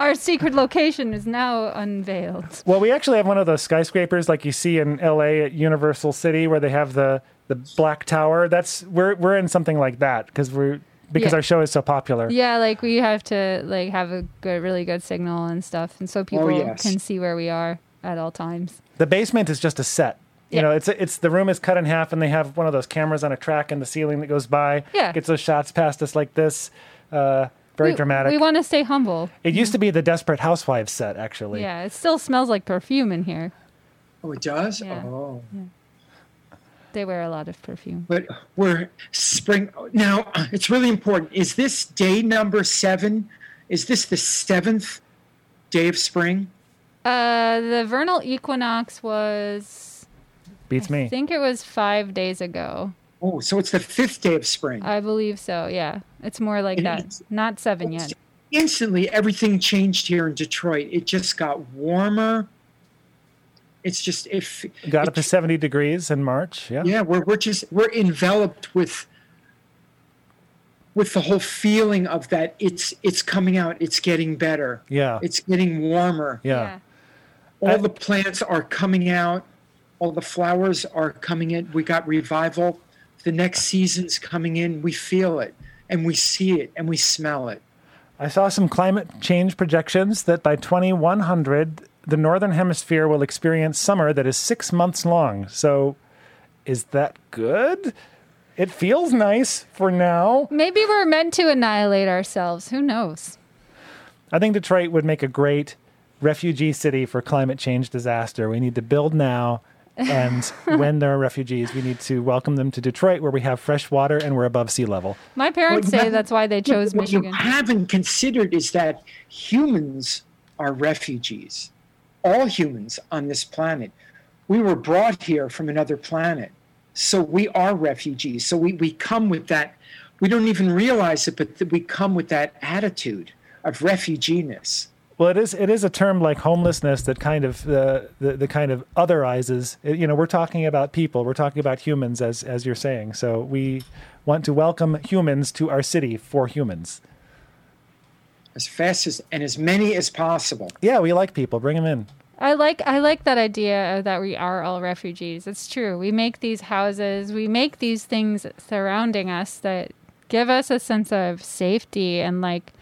B: our secret location is now unveiled.
C: Well, we actually have one of those skyscrapers like you see in LA at Universal City where they have the the black tower. That's we're we're in something like that because we're because
B: Yeah.
C: our show is so popular.
B: Yeah, like we have to like have a good, really good signal and stuff, and so people
D: Oh, yes.
B: can see where we are at all times.
C: The basement is just a set. You
B: Yeah.
C: know, it's it's the room is cut in half and they have one of those cameras on a track in the ceiling that goes by.
B: Yeah.
C: Gets those shots past us like this. Uh very
B: We-
C: dramatic.
B: We want to stay humble.
C: it used to be the Desperate Housewives set, actually.
B: Yeah, it still smells like perfume in here.
D: Oh, it does?
B: Yeah.
D: Oh.
B: They wear a lot of perfume.
D: but we're spring now it's really important is this day number seven is this the seventh day of spring
B: Uh, the vernal equinox was,
C: Beats
B: I
C: me.
B: think it was five days ago.
D: oh so it's the fifth day of spring
B: I believe so. Yeah, it's more like
D: It
B: that.
D: is.
B: Not seven yet.
D: instantly everything changed here in detroit it just got warmer it's just if
C: Got up to
D: it-
C: 70 degrees in March. Yeah.
D: yeah we're, we're just we're enveloped with with the whole feeling of that it's it's coming out it's getting better
C: Yeah.
D: it's getting warmer
C: yeah.
D: all the plants are coming out all the flowers are coming in we got revival the next season's coming in we feel it and we see it and we smell it
C: I saw some climate change projections that by 2100, the Northern Hemisphere will experience summer that is six months long. So, is that good? It feels nice for now.
B: Maybe we're meant to annihilate ourselves. Who knows?
C: I think Detroit would make a great refugee city for climate change disaster. We need to build now. And when there are refugees, we need to welcome them to Detroit where we have fresh water and we're above sea level.
B: My parents
D: Well,
B: say that's why they chose
D: what
B: Michigan.
D: you haven't considered is that humans are refugees all humans on this planet we were brought here from another planet so we are refugees so we, we come with that we don't even realize it but th- we come with that attitude of refugeeness
C: Well, it is it is a term like homelessness that kind of uh, the the kind of otherizes. it- You know, we're talking about people, we're talking about humans, as as you're saying. So we want to welcome humans to our city for humans.
D: as fast as and as many as possible.
C: Yeah, we like people. Bring them in.
B: I like I like that idea of that we are all refugees. It's true. We make these houses, we make these things surrounding us that give us a sense of safety and like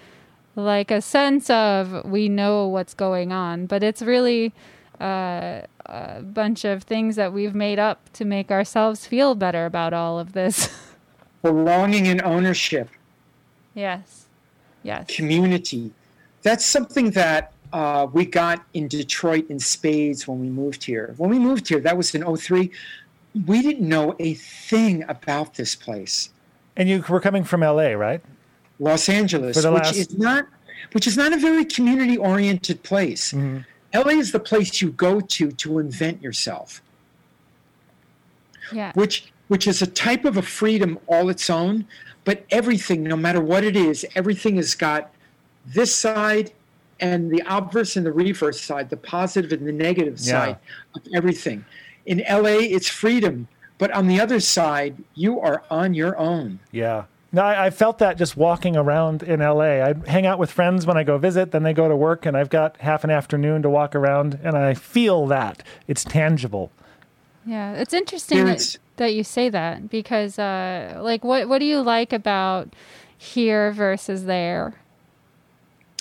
B: like a sense of we know what's going on. But it's really uh, a bunch of things that we've made up to make ourselves feel better about all of this.
D: belonging and ownership,
B: yes. Yes.
D: community. That's something that uh, we got in Detroit in spades when we moved here. When we moved here, that was in 03. We didn't know a thing about this place,
C: And you were coming from LA, right?
D: Los Angeles,
C: For the
D: which
C: last-
D: is not which is not a very community oriented place.
C: Mm-hmm.
D: LA is the place you go to to invent yourself.
B: Yeah.
D: which which is a type of a freedom all its own but everything no matter what it is everything has got this side and the obverse and the reverse side the positive and the negative
C: Yeah.
D: side of everything in la it's freedom but on the other side you are on your own
C: Yeah. No, I, I felt that just walking around in LA. I hang out with friends when I go visit, then they go to work, and I've got half an afternoon to walk around, and I feel that. It's tangible.
B: Yeah, it's interesting that,
D: There's-
B: that you say that because, uh, like, what what do you like about here versus there?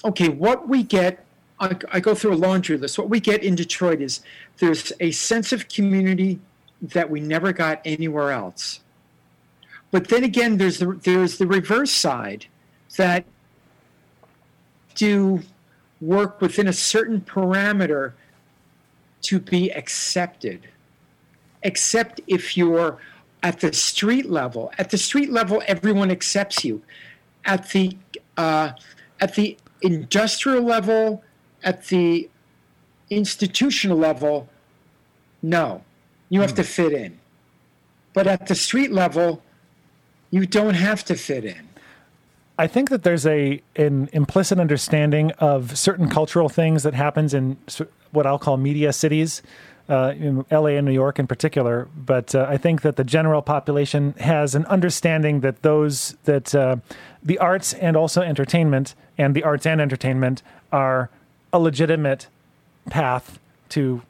D: okay, what we get, I, I go through a laundry list. What we get in Detroit is there's a sense of community that we never got anywhere else. But then again, there's the, there's the reverse side that do work within a certain parameter to be accepted. Except if you're at the street level. At the street level, everyone accepts you at the uh, at the industrial level, at the institutional level, no, you have to fit in. But at the street level, you don't have to fit in.
C: I think that there's a an implicit understanding of certain cultural things that happens in s- what I'll call media cities, uh, in LA and New York in particular. But uh, I think that the general population has an understanding that those that uh, the arts and also entertainment and the arts and entertainment are a legitimate path to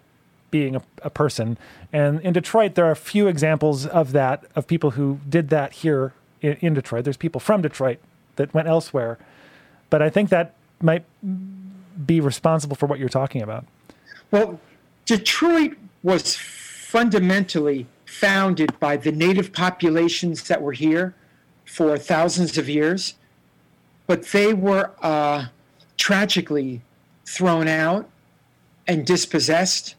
C: being a, a person. And in Detroit, there are a few examples of that, of people who did that here in, in Detroit. There's people from Detroit that went elsewhere. But I think that might be responsible for what you're talking about.
D: Well, Detroit was fundamentally founded by the native populations that were here for thousands of years, but they were uh, tragically thrown out and dispossessed.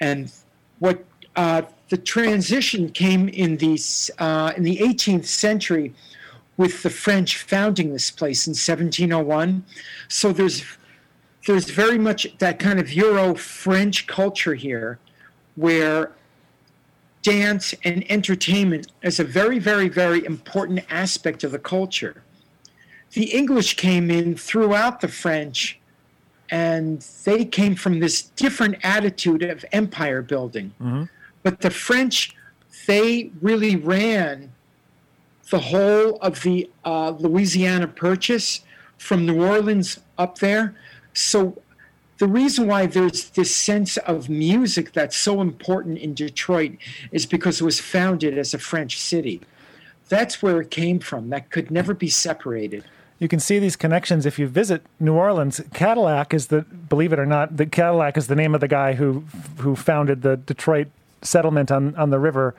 D: And what uh, the transition came in the s- uh, in the 18th century with the French founding this place in 1701. So there's there's very much that kind of Euro French culture here where dance and entertainment is a very, very, very important aspect of the culture. The English came in throughout the French and they came from this different attitude of empire building. But the French, they really ran the whole of the uh, Louisiana Purchase from New Orleans up there. So the reason why there's this sense of music that's so important in Detroit is because it was founded as a French city. That's where it came from. That could never be separated.
C: You can see these connections if you visit New Orleans. Cadillac is the, believe it or not, the Cadillac is the name of the guy who who founded the Detroit settlement on on the river,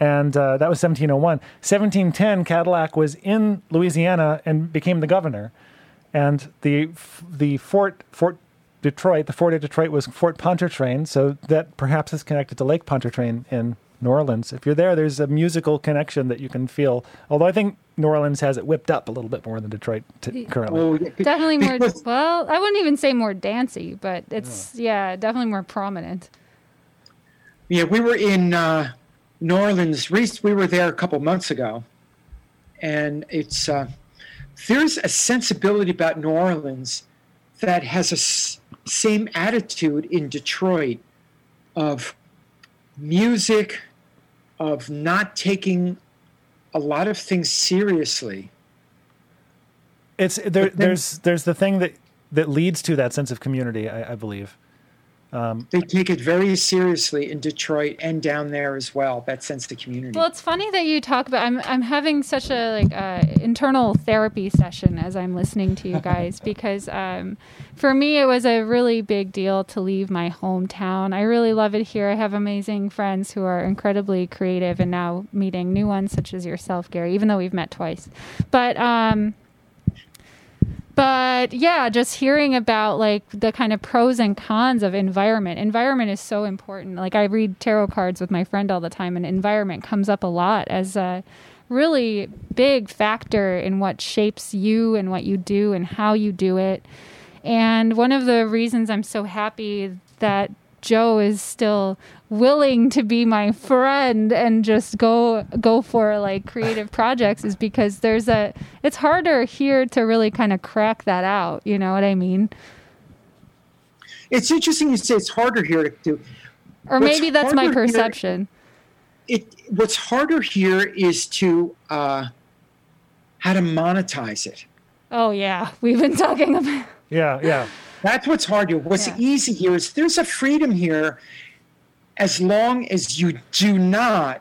C: and uh, that was 1701. 1710, Cadillac was in Louisiana and became the governor, and the the fort Fort Detroit, the fort at Detroit was Fort Pontchartrain, so that perhaps is connected to Lake Pontchartrain in New Orleans. If you're there, there's a musical connection that you can feel. Although I think New Orleans has it whipped up a little bit more than Detroit t- currently.
D: Oh, yeah, be-
B: Definitely more.
D: because-
B: Well, I wouldn't even say more dancey, but it's yeah, definitely more prominent.
D: Yeah, we were in uh, New Orleans. Reese, we were there a couple months ago, and it's uh, there's a sensibility about New Orleans that has a s- same attitude in Detroit of music, of not taking a lot of things seriously.
C: It's there, there's there's the thing that that leads to that sense of community. I, I believe
D: They take it very seriously in Detroit and down there as well. That sense of community.
B: Well, it's funny that you talk about. I'm I'm having such a like uh, internal therapy session as I'm listening to you guys because um, for me it was a really big deal to leave my hometown. I really love it here. I have amazing friends who are incredibly creative, and now meeting new ones such as yourself, Gary. Even though we've met twice, but. Um, but yeah just hearing about like the kind of pros and cons of environment environment is so important like i read tarot cards with my friend all the time and environment comes up a lot as a really big factor in what shapes you and what you do and how you do it and one of the reasons i'm so happy that Joe is still willing to be my friend and just go go for like creative projects is because there's a it's harder here to really kind of crack that out, you know what I mean?
D: it's interesting you say it's harder here to do.
B: Or
D: What's
B: maybe that's my
D: harder here-
B: perception.
D: It what's harder here is to uh, how to monetize it.
B: Oh yeah, we've been talking about
C: Yeah, yeah.
D: That's what's hard here. What's
B: Yeah.
D: easy here is there's a freedom here as long as you do not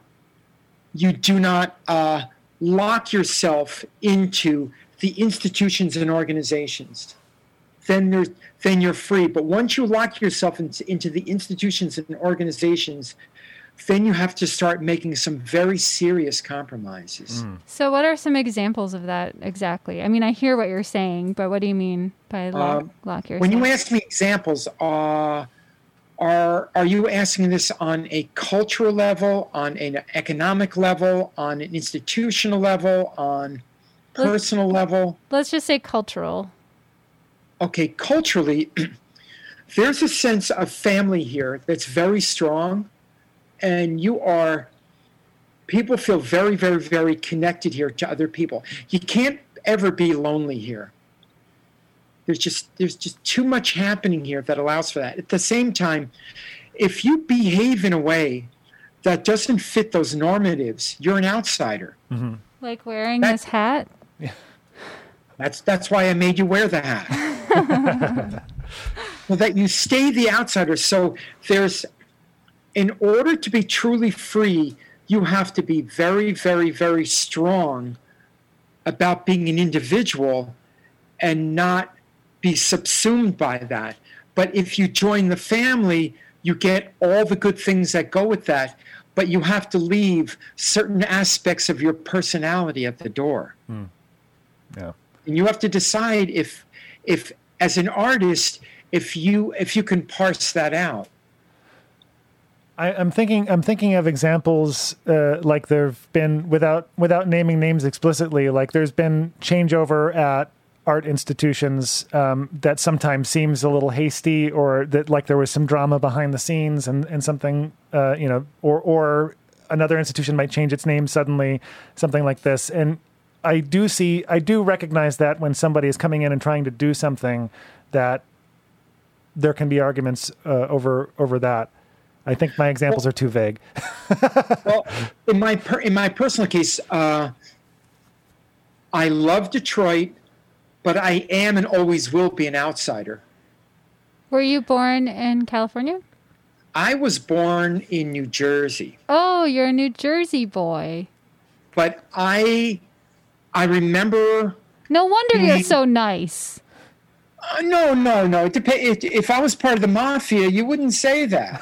D: you do not uh, lock yourself into the institutions and organizations. Then there's then you're free. But once you lock yourself into, into the institutions and organizations, then you have to start making some very serious compromises.
B: So what are some examples of that exactly? I mean, I hear what you're saying, but what do you mean by lock,
D: Um,
B: lock yourself?
D: When you ask me examples, uh, are are you asking this on a cultural level, on an economic level, on an institutional level, on personal level?
B: Let's just say cultural.
D: Okay, culturally, there's a sense of family here that's very strong, and you are. People feel very, very, very connected here to other people. You can't ever be lonely here. there's just there's just too much happening here that allows for that at the same time if you behave in a way that doesn't fit those normatives you're an outsider
B: Like wearing
D: That-
B: this hat?
D: that's that's why i made you wear the hat well that you stay the outsider so there's in order to be truly free you have to be very very very strong about being an individual and not be subsumed by that. But if you join the family, you get all the good things that go with that, but you have to leave certain aspects of your personality at the door.
C: Yeah.
D: And you have to decide if if as an artist, if you if you can parse that out.
C: I, I'm thinking. I'm thinking of examples uh, like there've been without without naming names explicitly. Like there's been changeover at art institutions um, that sometimes seems a little hasty, or that like there was some drama behind the scenes and and something uh, you know, or or another institution might change its name suddenly, something like this. And I do see, I do recognize that when somebody is coming in and trying to do something, that there can be arguments uh, over over that. I think my examples are too vague.
D: well, in my per, in my personal case, uh, I love Detroit, but I am and always will be an outsider.
B: Were you born in California?
D: I was born in New Jersey,
B: Oh, you're a New Jersey boy.
D: but I I remember
B: No wonder
D: Mm-hmm.
B: you're so nice.
D: uh, no no no. It dep- it, if I was part of the mafia, you wouldn't say that.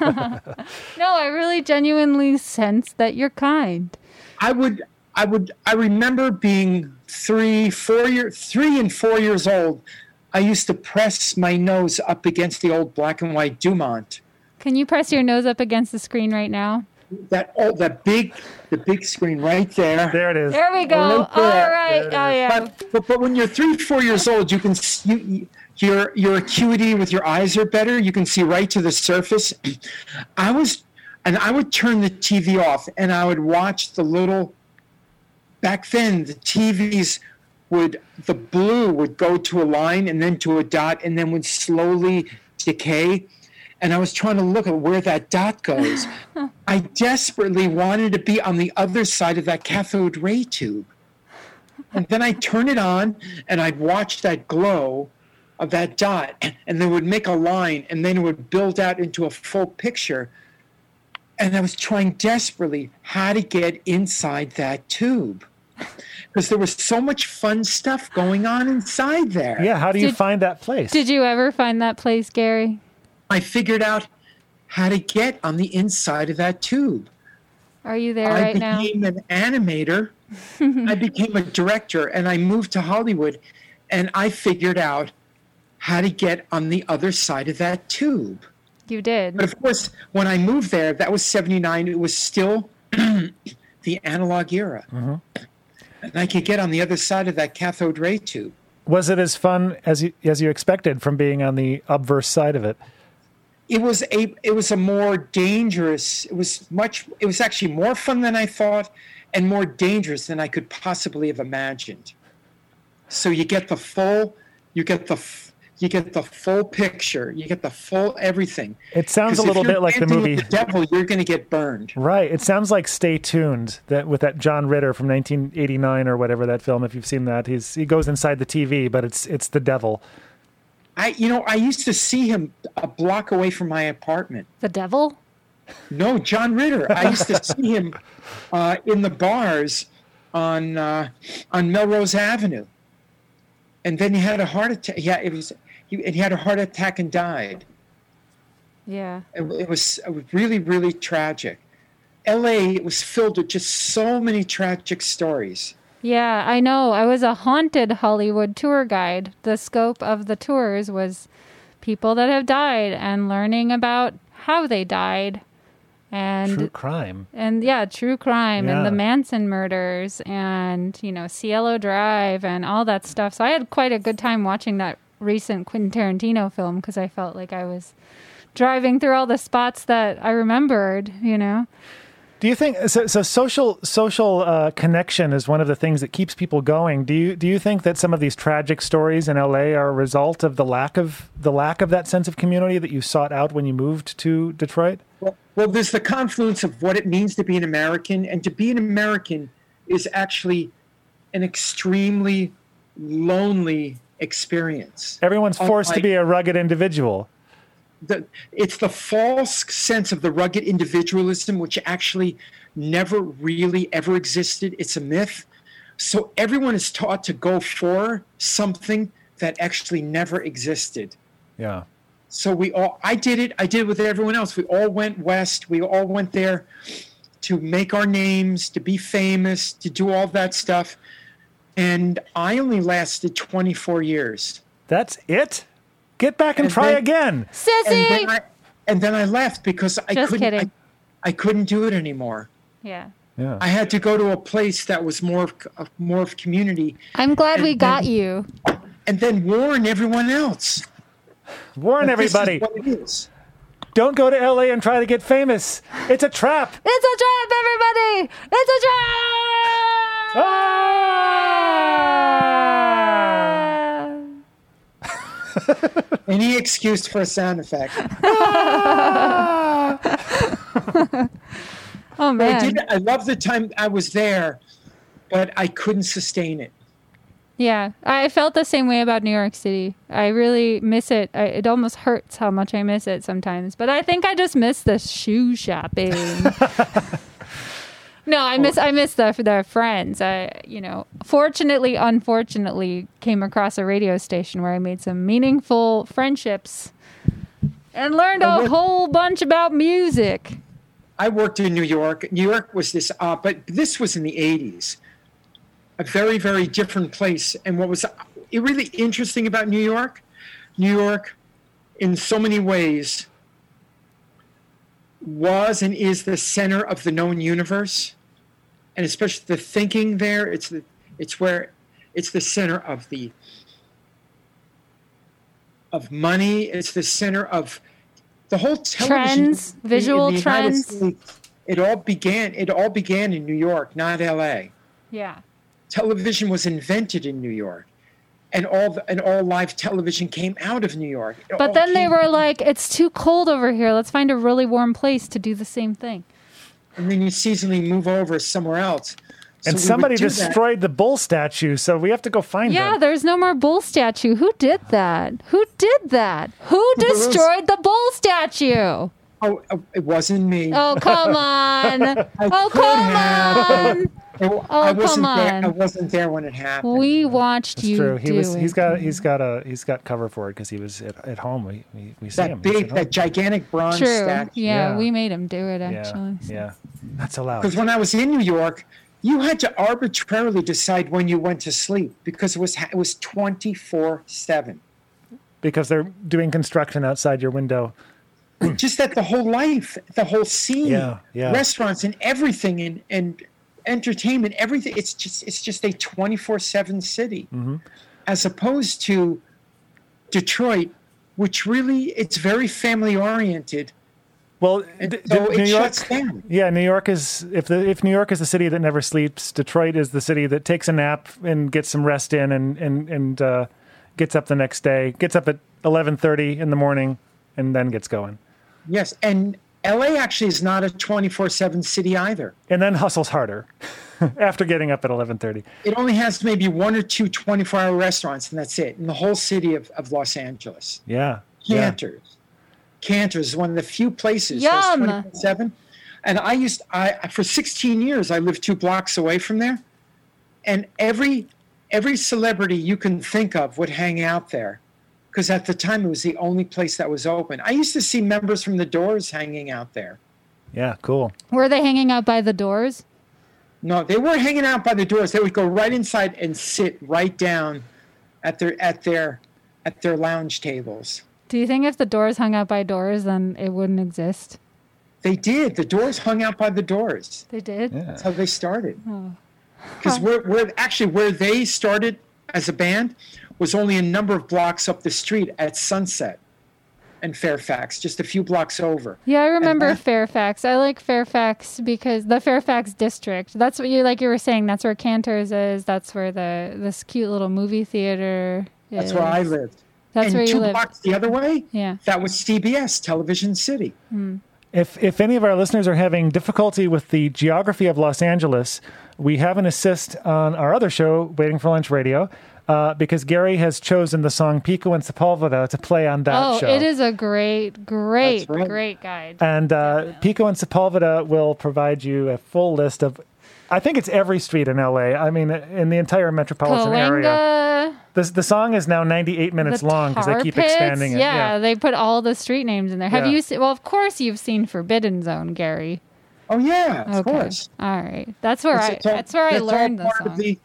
B: No, I really genuinely sense that you're kind.
D: I would I would I remember being three four year three and four years old. I used to press my nose up against the old black and white Dumont.
B: Can you press your nose up against the screen right now?
D: that oh that big the big screen right there.
C: There it is.
B: There we go.
D: Right
B: All
D: there.
B: right. Oh yeah.
D: But, but but when you're three four years old, you can s- you, you your your acuity with your eyes are better. You can see right to the surface. I was and I would turn the TV off and I would watch the little. Back then, the TVs would the blue would go to a line and then to a dot and then would slowly decay. And I was trying to look at where that dot goes. I desperately wanted to be on the other side of that cathode ray tube. And then I'd turn it on and I'd watch that glow of that dot and then would make a line and then it would build out into a full picture and i was trying desperately how to get inside that tube because there was so much fun stuff going on inside there
C: Yeah, how do you
B: Did-
C: find that place?
B: Did you ever find that place, Gary?
D: i figured out how to get on the inside of that tube
B: Are you there
D: I
B: right now?
D: became an animator. I became a director and I moved to Hollywood and I figured out how to get on the other side of that tube.
B: You did.
D: But of course, when I moved there, that was 79, it was still the analog era. And I could get on the other side of that cathode ray tube.
C: Was it as fun as you as you expected from being on the obverse side of it?
D: It was a it was a more dangerous. It was much it was actually more fun than I thought and more dangerous than I could possibly have imagined. so you get the full you get the f- you get the full picture you get the full everything
C: It sounds
D: 'Cause
C: a
D: if
C: little
D: you're
C: bit like the
D: dancing with
C: movie.
D: the devil you're going to get burned
C: Right. It sounds like Stay Tuned that with that John Ritter from 1989 or whatever that film. If you've seen that, he's he goes inside the TV, but it's it's the devil.
D: i you know i used to see him a block away from my apartment
B: The devil?
D: no john ritter i used to see him uh, in the bars on uh, on melrose avenue and then he had a heart attack yeah it was he, he had a heart attack and died
B: Yeah.
D: it, it was really really tragic la was filled with just so many tragic stories
B: Yeah, I know. I was a haunted Hollywood tour guide. The scope of the tours was people that have died and learning about how they died. And
C: True crime.
B: and yeah, true crime and the
C: Yeah.
B: Manson murders and you know Cielo Drive and all that stuff. So I had quite a good time watching that recent Quentin Tarantino film because I felt like I was driving through all the spots that I remembered. You know,
C: Do you think so? so social social uh, connection is one of the things that keeps people going. Do you do you think that some of these tragic stories in LA are a result of the lack of the lack of that sense of community that you sought out when you moved to Detroit?
D: Well, there's the confluence of what it means to be an American, and to be an American is actually an extremely lonely experience.
C: Everyone's forced to
D: Unlike-
C: be a rugged individual.
D: the, it's the false sense of the rugged individualism, which actually never really ever existed. It's a myth. So everyone is taught to go for something that actually never existed.
C: Yeah.
D: so we all i did it i did it with everyone else we all went west we all went there to make our names to be famous to do all that stuff and i only lasted 24 years
C: That's it. Get back and,
D: And
C: try
D: then-
C: again.
D: and then
B: sissy.
D: i, and then I left because i
B: Just
D: couldn't
B: kidding.
D: I, I couldn't do it anymore
B: yeah.
C: Yeah.
D: i had to go to a place that was more of, of more of community
B: I'm glad we got you.
D: and then warn everyone else
C: Warn
D: This is
C: everybody.
D: what it is.
C: Don't go to LA and try to get famous. It's a trap.
B: It's a trap, everybody! It's a trap!
C: Ah!
D: any excuse for a sound effect
B: Oh
D: I
B: man,
D: did. I love the time I was there, but I couldn't sustain it.
B: yeah, I felt the same way about New York City. I really miss it. I, it almost hurts how much I miss it sometimes. But I think I just miss the shoe shopping. no, I miss I miss the the friends. I you know, fortunately, unfortunately, came across a radio station where I made some meaningful friendships and learned
D: And
B: a
D: what-
B: whole bunch about music.
D: I worked in New York. New York was this, uh, but this was in the '80s, a very, very different place. And what was uh, really interesting about New York, New York, in so many ways, was and is the center of the known universe, and especially the thinking there. It's the, it's where, it's the center of the of money. It's the center of the whole television
B: Trends,
D: in- in
B: visual
D: the United
B: trends.
D: States. It all began. It all began in New York, not L.A.
B: Yeah.
D: Television was invented in New York, and all the, and all live television came out of New York. It all
B: But then they
D: came-
B: were like, it's too cold over here. Let's find a really warm place to do the same thing.
D: and then you seasonally move over somewhere else. So we
C: and
D: would
C: somebody
D: do that.
C: destroyed the bull statue, so we have to go find
B: Yeah,
C: them.
B: there's no more bull statue. Who did that? Who did that? Who
D: was-
B: destroyed the bull statue?
D: Oh, uh, it wasn't me.
B: Oh, come on. Oh,
D: could have.
B: come
D: It- I wasn't
B: oh, come
D: there.
B: on.
D: I wasn't there when it happened.
B: on. We watched
C: It's
B: you.
C: true. He
B: do
C: was.
B: it.
C: He's got. He's got a. He's got cover for it because he was at, at home. We we, we see him.
D: that
C: He's at
D: big,
C: home.
D: that gigantic bronze
B: True. Yeah,
D: statue.
C: Yeah.
B: we made him do it,
C: yeah.
B: actually. so.
C: Yeah. Not so loud.
D: Because when I was in New York, you had to arbitrarily decide when you went to sleep because it was ha- it was twenty four seven.
C: Because they're doing construction outside your window.
D: Just that the whole life, the whole scene,
C: Yeah, yeah.
D: restaurants and everything, and and entertainment, everything. It's just it's just a twenty four seven city,
C: Mm-hmm.
D: as opposed to Detroit, which really it's very family oriented.
C: Well,
D: And
C: d-
D: so
C: d-
D: it
C: New York.
D: shuts down.
C: Yeah, New York is if the if New York is the city that never sleeps, Detroit is the city that takes a nap and gets some rest in and and and uh, gets up the next day, gets up at eleven thirty in the morning, and then gets going,
D: Yes, and LA actually is not a 24/7 city either.
C: and then hustles harder after getting up at eleven thirty.
D: It only has maybe one or two 24-hour restaurants, and that's it. In the whole city of, of Los Angeles,
C: Yeah, yeah.
D: Cantor's, Cantor's is one of the few places
B: Yum.
D: that's 24/7. And I used I for 16 years I lived two blocks away from there, and every every celebrity you can think of would hang out there. Because at the time it was the only place that was open. I used to see members from the Doors hanging out there.
C: Yeah, cool.
B: Were they hanging out by the doors?
D: No, they weren't hanging out by the doors. They would go right inside and sit right down at their at their at their lounge tables.
B: Do you think if the doors hung out by doors, then it wouldn't exist?
D: They did. The doors hung out by the doors.
B: They did?
D: That's how they started.
B: Hmm.
D: Because we're, we're actually where they started as a band was only a number of blocks up the street at Sunset and Fairfax, just a few blocks over.
B: Yeah, I remember
D: that-
B: Fairfax. I like Fairfax because the Fairfax district. That's what you like you were saying, that's where Cantor's is, that's where the this cute little movie theater is.
D: That's where I lived.
B: That's
D: and
B: where you
D: two
B: lived.
D: blocks the other way,
B: Yeah.
D: that was CBS, Television City.
C: If if any of our listeners are having difficulty with the geography of Los Angeles, we have an assist on our other show, Waiting for Lunch Radio, uh, because Gary has chosen the song Pico and Sepulveda to play on that
B: Oh,
C: show.
B: it is a great, great,
D: That's right.
B: great guide.
C: And uh, Pico and Sepulveda will provide you a full list of. I think it's every street in LA. I mean, in the entire metropolitan area.
B: Palenga,
C: The, the song is now 98 minutes
B: the
C: long because they
B: tar
C: keep
B: pits.
C: expanding it.
B: Yeah, they put all the street names in there. Have
C: Yeah.
B: you? Se- well, of course you've seen Forbidden Zone, Gary.
D: Oh yeah, of
B: okay.
D: course.
B: All right, that's where I.
D: It's- it's all-
B: that's where I
D: that's all
B: learned the
D: part of
B: song.
D: the-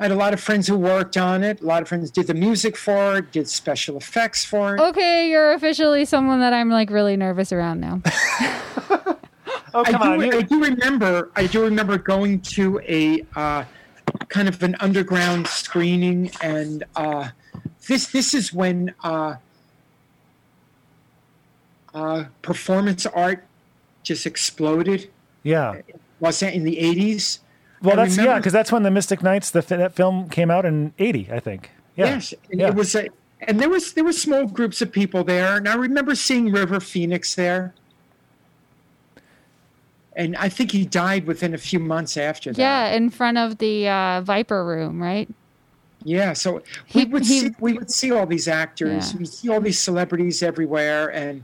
D: I had a lot of friends who worked on it. A lot of friends did the music for it, did special effects for it.
B: okay, you're officially someone that I'm like really nervous around now.
C: Oh,
D: I,
C: come
D: do,
C: on. you-
D: I do remember. I do remember going to a uh, kind of an underground screening, and uh, this this is when uh, uh, performance art just exploded.
C: yeah.
D: Was that in the eighties?
C: Well,
D: I
C: that's yeah,
D: remember-
C: because that's when the Mystic Knights, the fi- that film came out in '80, I think. Yeah.
D: Yes, and
C: yeah.
D: it was a, and there was there were small groups of people there, and I remember seeing River Phoenix there. And I think he died within a few months after that.
B: yeah, in front of the uh, Viper Room, right?
D: Yeah, so we
B: He-
D: would
B: he-
D: see we would see all these actors,
B: Yeah.
D: we see all these celebrities everywhere, and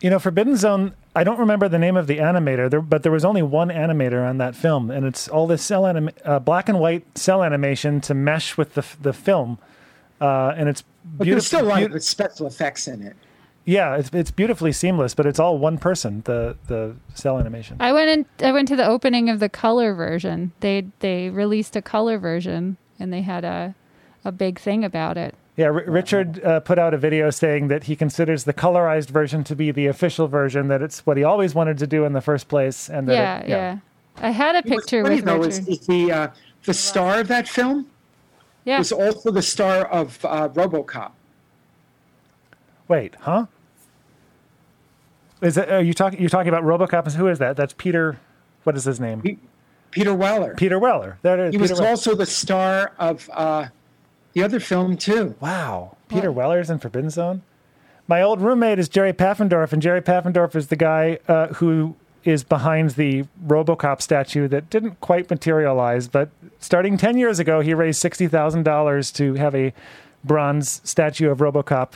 C: You know, Forbidden Zone. I don't remember the name of the animator, there, but there was only one animator on that film, and it's all this cell anim- uh, black and white cell animation to mesh with the f- the film, uh, and it's
D: but there's still a lot
C: beauti-
D: of special effects in it.
C: yeah, it's, it's beautifully seamless, but it's all one person. The the cell animation.
B: I went in, I went to the opening of the color version. They they released a color version and they had a a big thing about it.
C: Yeah, R- Richard uh, put out a video saying that he considers the colorized version to be the official version. That it's what he always wanted to do in the first place, and that
B: Yeah,
C: it,
B: yeah. I had a
D: What's
B: picture
D: funny,
B: with
D: though,
B: Richard.
D: is, is the uh, the star of that film
B: yeah.
D: was also the star of uh, RoboCop.
C: Wait, huh? Is that are you talking? You're talking about RoboCop? and Who is that? That's Peter. What is his name?
D: Pe- Peter Weller.
C: Peter Weller. That is
D: He
C: Peter
D: was
C: Weller.
D: also the star of uh, the other film too.
C: Wow, Peter Weller's in Forbidden Zone. My old roommate is Jerry Paffendorf, and Jerry Paffendorf is the guy uh, who is behind the RoboCop statue that didn't quite materialize, but starting 10 years ago, he raised $60,000 to have a bronze statue of RoboCop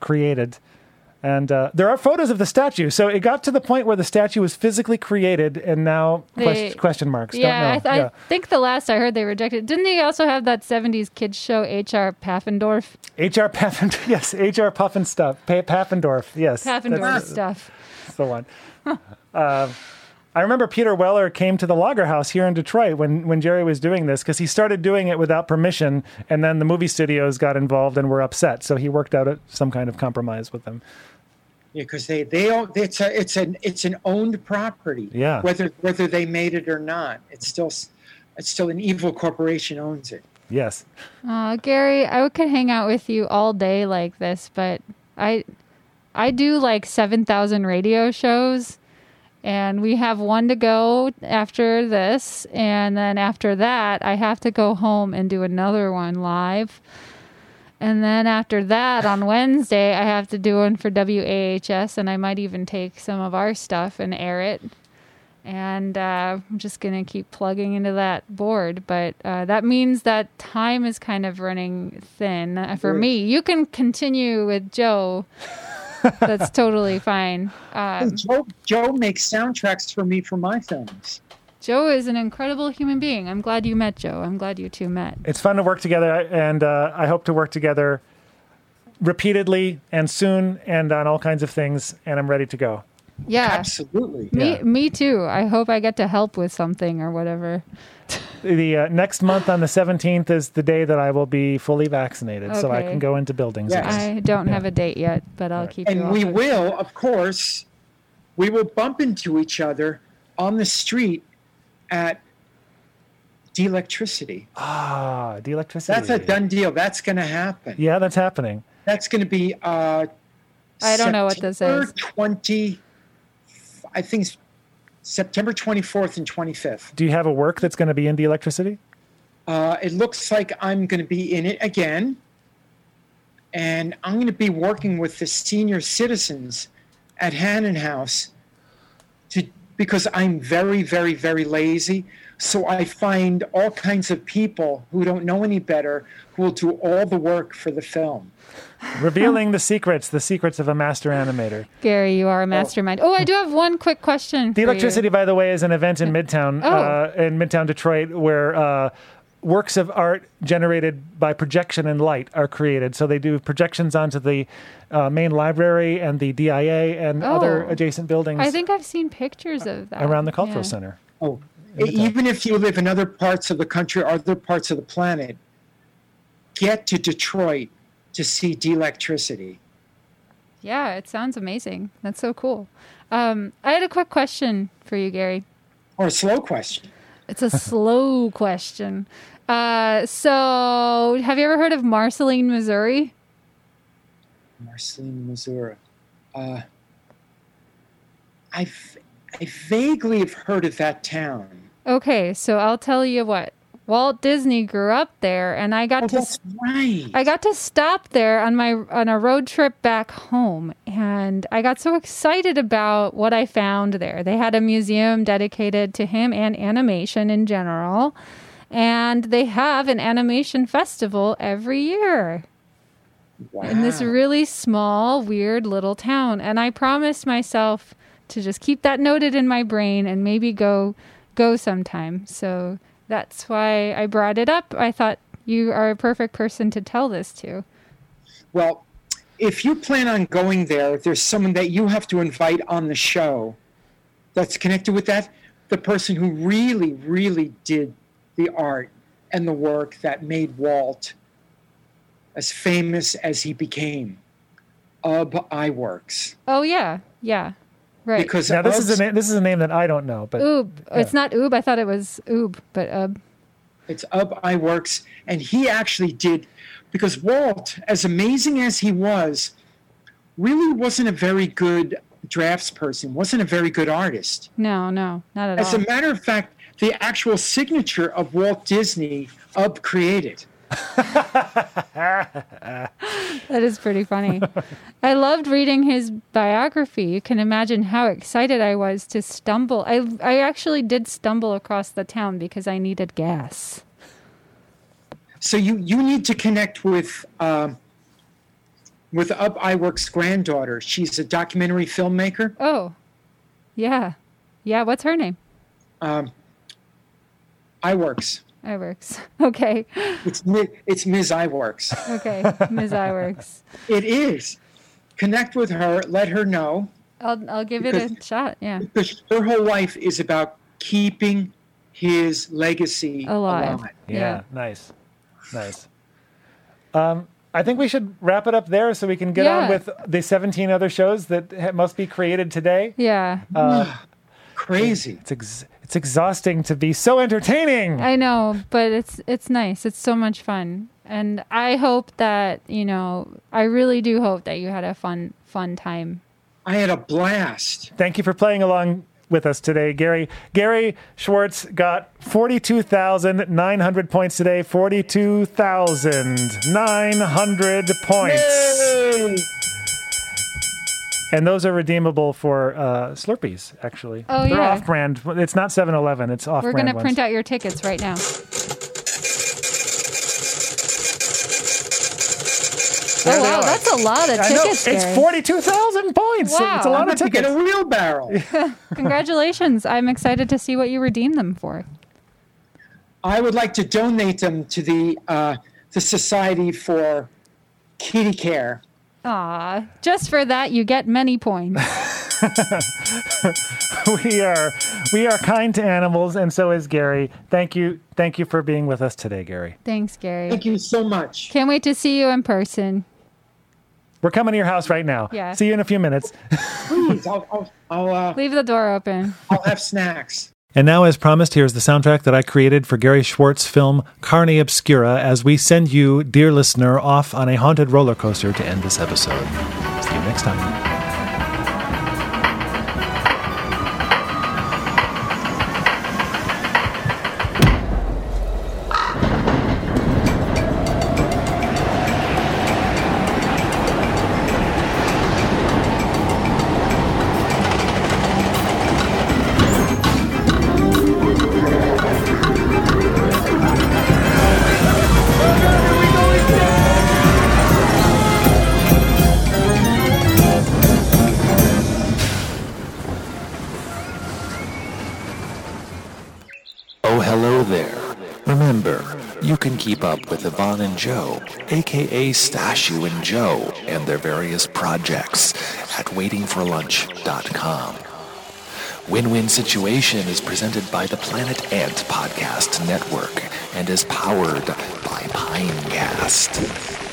C: created. And uh, there are photos of the statue. So it got to the point where the statue was physically created, and now
B: They-
C: quest- question marks.
B: Yeah, I,
C: Don't know.
B: th- I think the last I heard they rejected. Didn't they also have that '70s kids show H.R. Paffendorf?
C: H.R. Paffend, yes, H.R. Puffin stuff, pa- Paffendorf, yes, that's-
B: Paffendorf stuff.
C: That's the one. Uh, I remember Peter Weller came to the Lager House here in Detroit when when Jerry was doing this because he started doing it without permission, and then the movie studios got involved and were upset. So he worked out a, some kind of compromise with them.
D: Yeah, because they they own it's a it's an it's an owned property.
C: Yeah.
D: Whether whether they made it or not, it's still s- it's still an evil corporation owns it.
C: Yes,
B: Uh, Gary, I could hang out with you all day like this, but I, I do like seven thousand radio shows, and we have one to go after this, and then after that, I have to go home and do another one live. And then after that, on Wednesday, I have to do one for WAHS, and I might even take some of our stuff and air it. And uh, I'm just going to keep plugging into that board. But uh, that means that time is kind of running thin uh, for me. You can continue with Joe. That's totally fine. Um,
D: Joe Joe makes soundtracks for me for my films.
B: Joe is an incredible human being. I'm glad you met Joe. I'm glad you two met.
C: it's fun to work together, and uh, I hope to work together repeatedly and soon and on all kinds of things. And I'm ready to go.
B: Yeah.
D: Absolutely.
B: Me,
C: Yeah.
B: me too. I hope I get to help with something or whatever.
C: The uh, next month on the 17th is the day that I will be fully vaccinated, so I
B: Okay.
C: can go into buildings.
D: Yeah.
C: again.
B: I don't have a date yet, but I'll keep you
D: And
B: all
D: we
B: posted.
D: will, of course, we will bump into each other on the street at de electricity.
C: Ah, the electricity.
D: That's a done deal. That's going to happen.
C: Yeah, that's happening.
D: That's going to be. Uh,
B: I don't know what this
D: September
B: is.
D: Twenty, I think it's September twenty fourth and twenty fifth.
C: Do you have a work that's going to be in the electricity?
D: Uh, it looks like I'm going to be in it again, and I'm going to be working with the senior citizens at Hannon House to because I'm very, very, very lazy. So I find all kinds of people who don't know any better who will do all the work for the film.
C: Revealing the secrets, the secrets of a master animator.
B: Gary, you are a mastermind. Oh, I do have one quick question.
C: The electricity, by the way, is an event in Midtown,
B: Oh.
C: uh, in Midtown Detroit, where uh, works of art generated by projection and light are created. So they do projections onto the uh, main library and the DIA and other
B: Oh.
C: adjacent buildings
B: I think I've seen pictures of that
C: Uh, around the cultural
B: Yeah.
C: center.
D: Oh,
C: the top.
D: even if you live in other parts of the country or other parts of the planet, get to Detroit to see de-electricity.
B: Yeah, it sounds amazing. That's so cool. Um, I had a quick question for you, Gary.
D: Or a slow question.
B: It's a slow question. Uh, so, have you ever heard of Marceline, Missouri?
D: Marceline, Missouri. Uh, I, f- I vaguely have heard of that town.
B: Okay, so I'll tell you what. Walt Disney grew up there, and I got
D: Oh,
B: to
D: that's right.
B: I got to stop there on my on a road trip back home and I got so excited about what I found there. They had a museum dedicated to him and animation in general. And they have an animation festival every year
D: wow.
B: in this really small, weird little town. And I promised myself to just keep that noted in my brain and maybe go go sometime. So that's why I brought it up. I thought you are a perfect person to tell this to.
D: Well, if you plan on going there, there's someone that you have to invite on the show that's connected with that. The person who really, really did the art and the work that made Walt as famous as he became. Ub Iwerks.
B: Oh yeah, yeah, right.
D: Because
C: Now this
D: Ub's-
C: is a na- this is a name that I don't know, but
B: oob. It's not oob. I thought it was oob, but ub.
D: It's Up I Works. And he actually did, because Walt, as amazing as he was, really wasn't a very good drafts person, wasn't a very good artist.
B: No, no, not at
D: As a
B: all.
D: matter of fact, the actual signature of Walt Disney, Up created.
B: That is pretty funny. I loved reading his biography. You can imagine how excited I was to stumble. I I actually did stumble across the town because I needed gas.
D: So you you need to connect with um, with Up Iwerks' granddaughter. She's a documentary filmmaker.
B: Oh. Yeah. Yeah, what's her name?
D: Iwerks.
B: Iwerks. Okay.
D: It's Mi- it's Ms. Iwerks.
B: Okay. Ms. Iwerks.
D: It is. Connect with her. Let her know
B: I'll I'll give it a shot. Yeah.
D: because her whole life is about keeping his legacy
B: Alive.
C: Yeah,
B: Yeah.
C: nice, nice. Um, I think we should wrap it up there so we can get on
B: Yeah.
C: with the 17 other shows that ha- must be created today.
B: Yeah.
D: Crazy.
C: It's ex- it's exhausting to be so entertaining.
B: I know, but it's it's nice. It's so much fun. And I hope that, you know, I really do hope that you had a fun fun time.
D: I had a blast.
C: Thank you for playing along with us today, Gary. Gary Schwartz got 42,900 points today. 42,900 points. And those are redeemable for uh, Slurpees, actually.
B: Oh,
C: They're
B: yeah.
C: off brand. It's not 7 Eleven, it's off
B: We're
C: brand.
B: going to
C: ones.
B: print out your tickets right now.
C: There
B: oh,
C: they
B: wow.
C: are.
B: That's a lot of
C: I know.
B: tickets.
C: It's
B: Gary.
C: 42,000 points.
B: Wow.
C: It's a
D: I'm
C: lot of
D: about to get
C: tickets.
D: a wheelbarrow.
B: Congratulations. I'm excited to see what you redeem them for.
D: I would like to donate them to the uh, the Society for Kitty Care.
B: Aw, just for that, you get many points.
C: we are we are kind to animals and so is Gary. Thank you. Thank you for being with us today, Gary.
B: Thanks, Gary.
D: Thank you so much.
B: Can't wait to see you in person.
C: We're coming to your house right now.
B: Yeah.
C: See you in a few minutes.
D: Please, I'll I'll, I'll, uh,
B: Leave the door open.
D: I'll have snacks.
C: And now, as promised, here's the soundtrack that I created for Gary Schwartz' film Carne Obscura as we send you, dear listener, off on a haunted roller coaster to end this episode. See you next time.
F: Oh, hello there. Remember, you can keep up with Yvonne and Joe, aka Stashu and Joe, and their various projects at waitingforlunch.com. Win Win Situation is presented by the Planet Ant Podcast Network and is powered by Pinecast.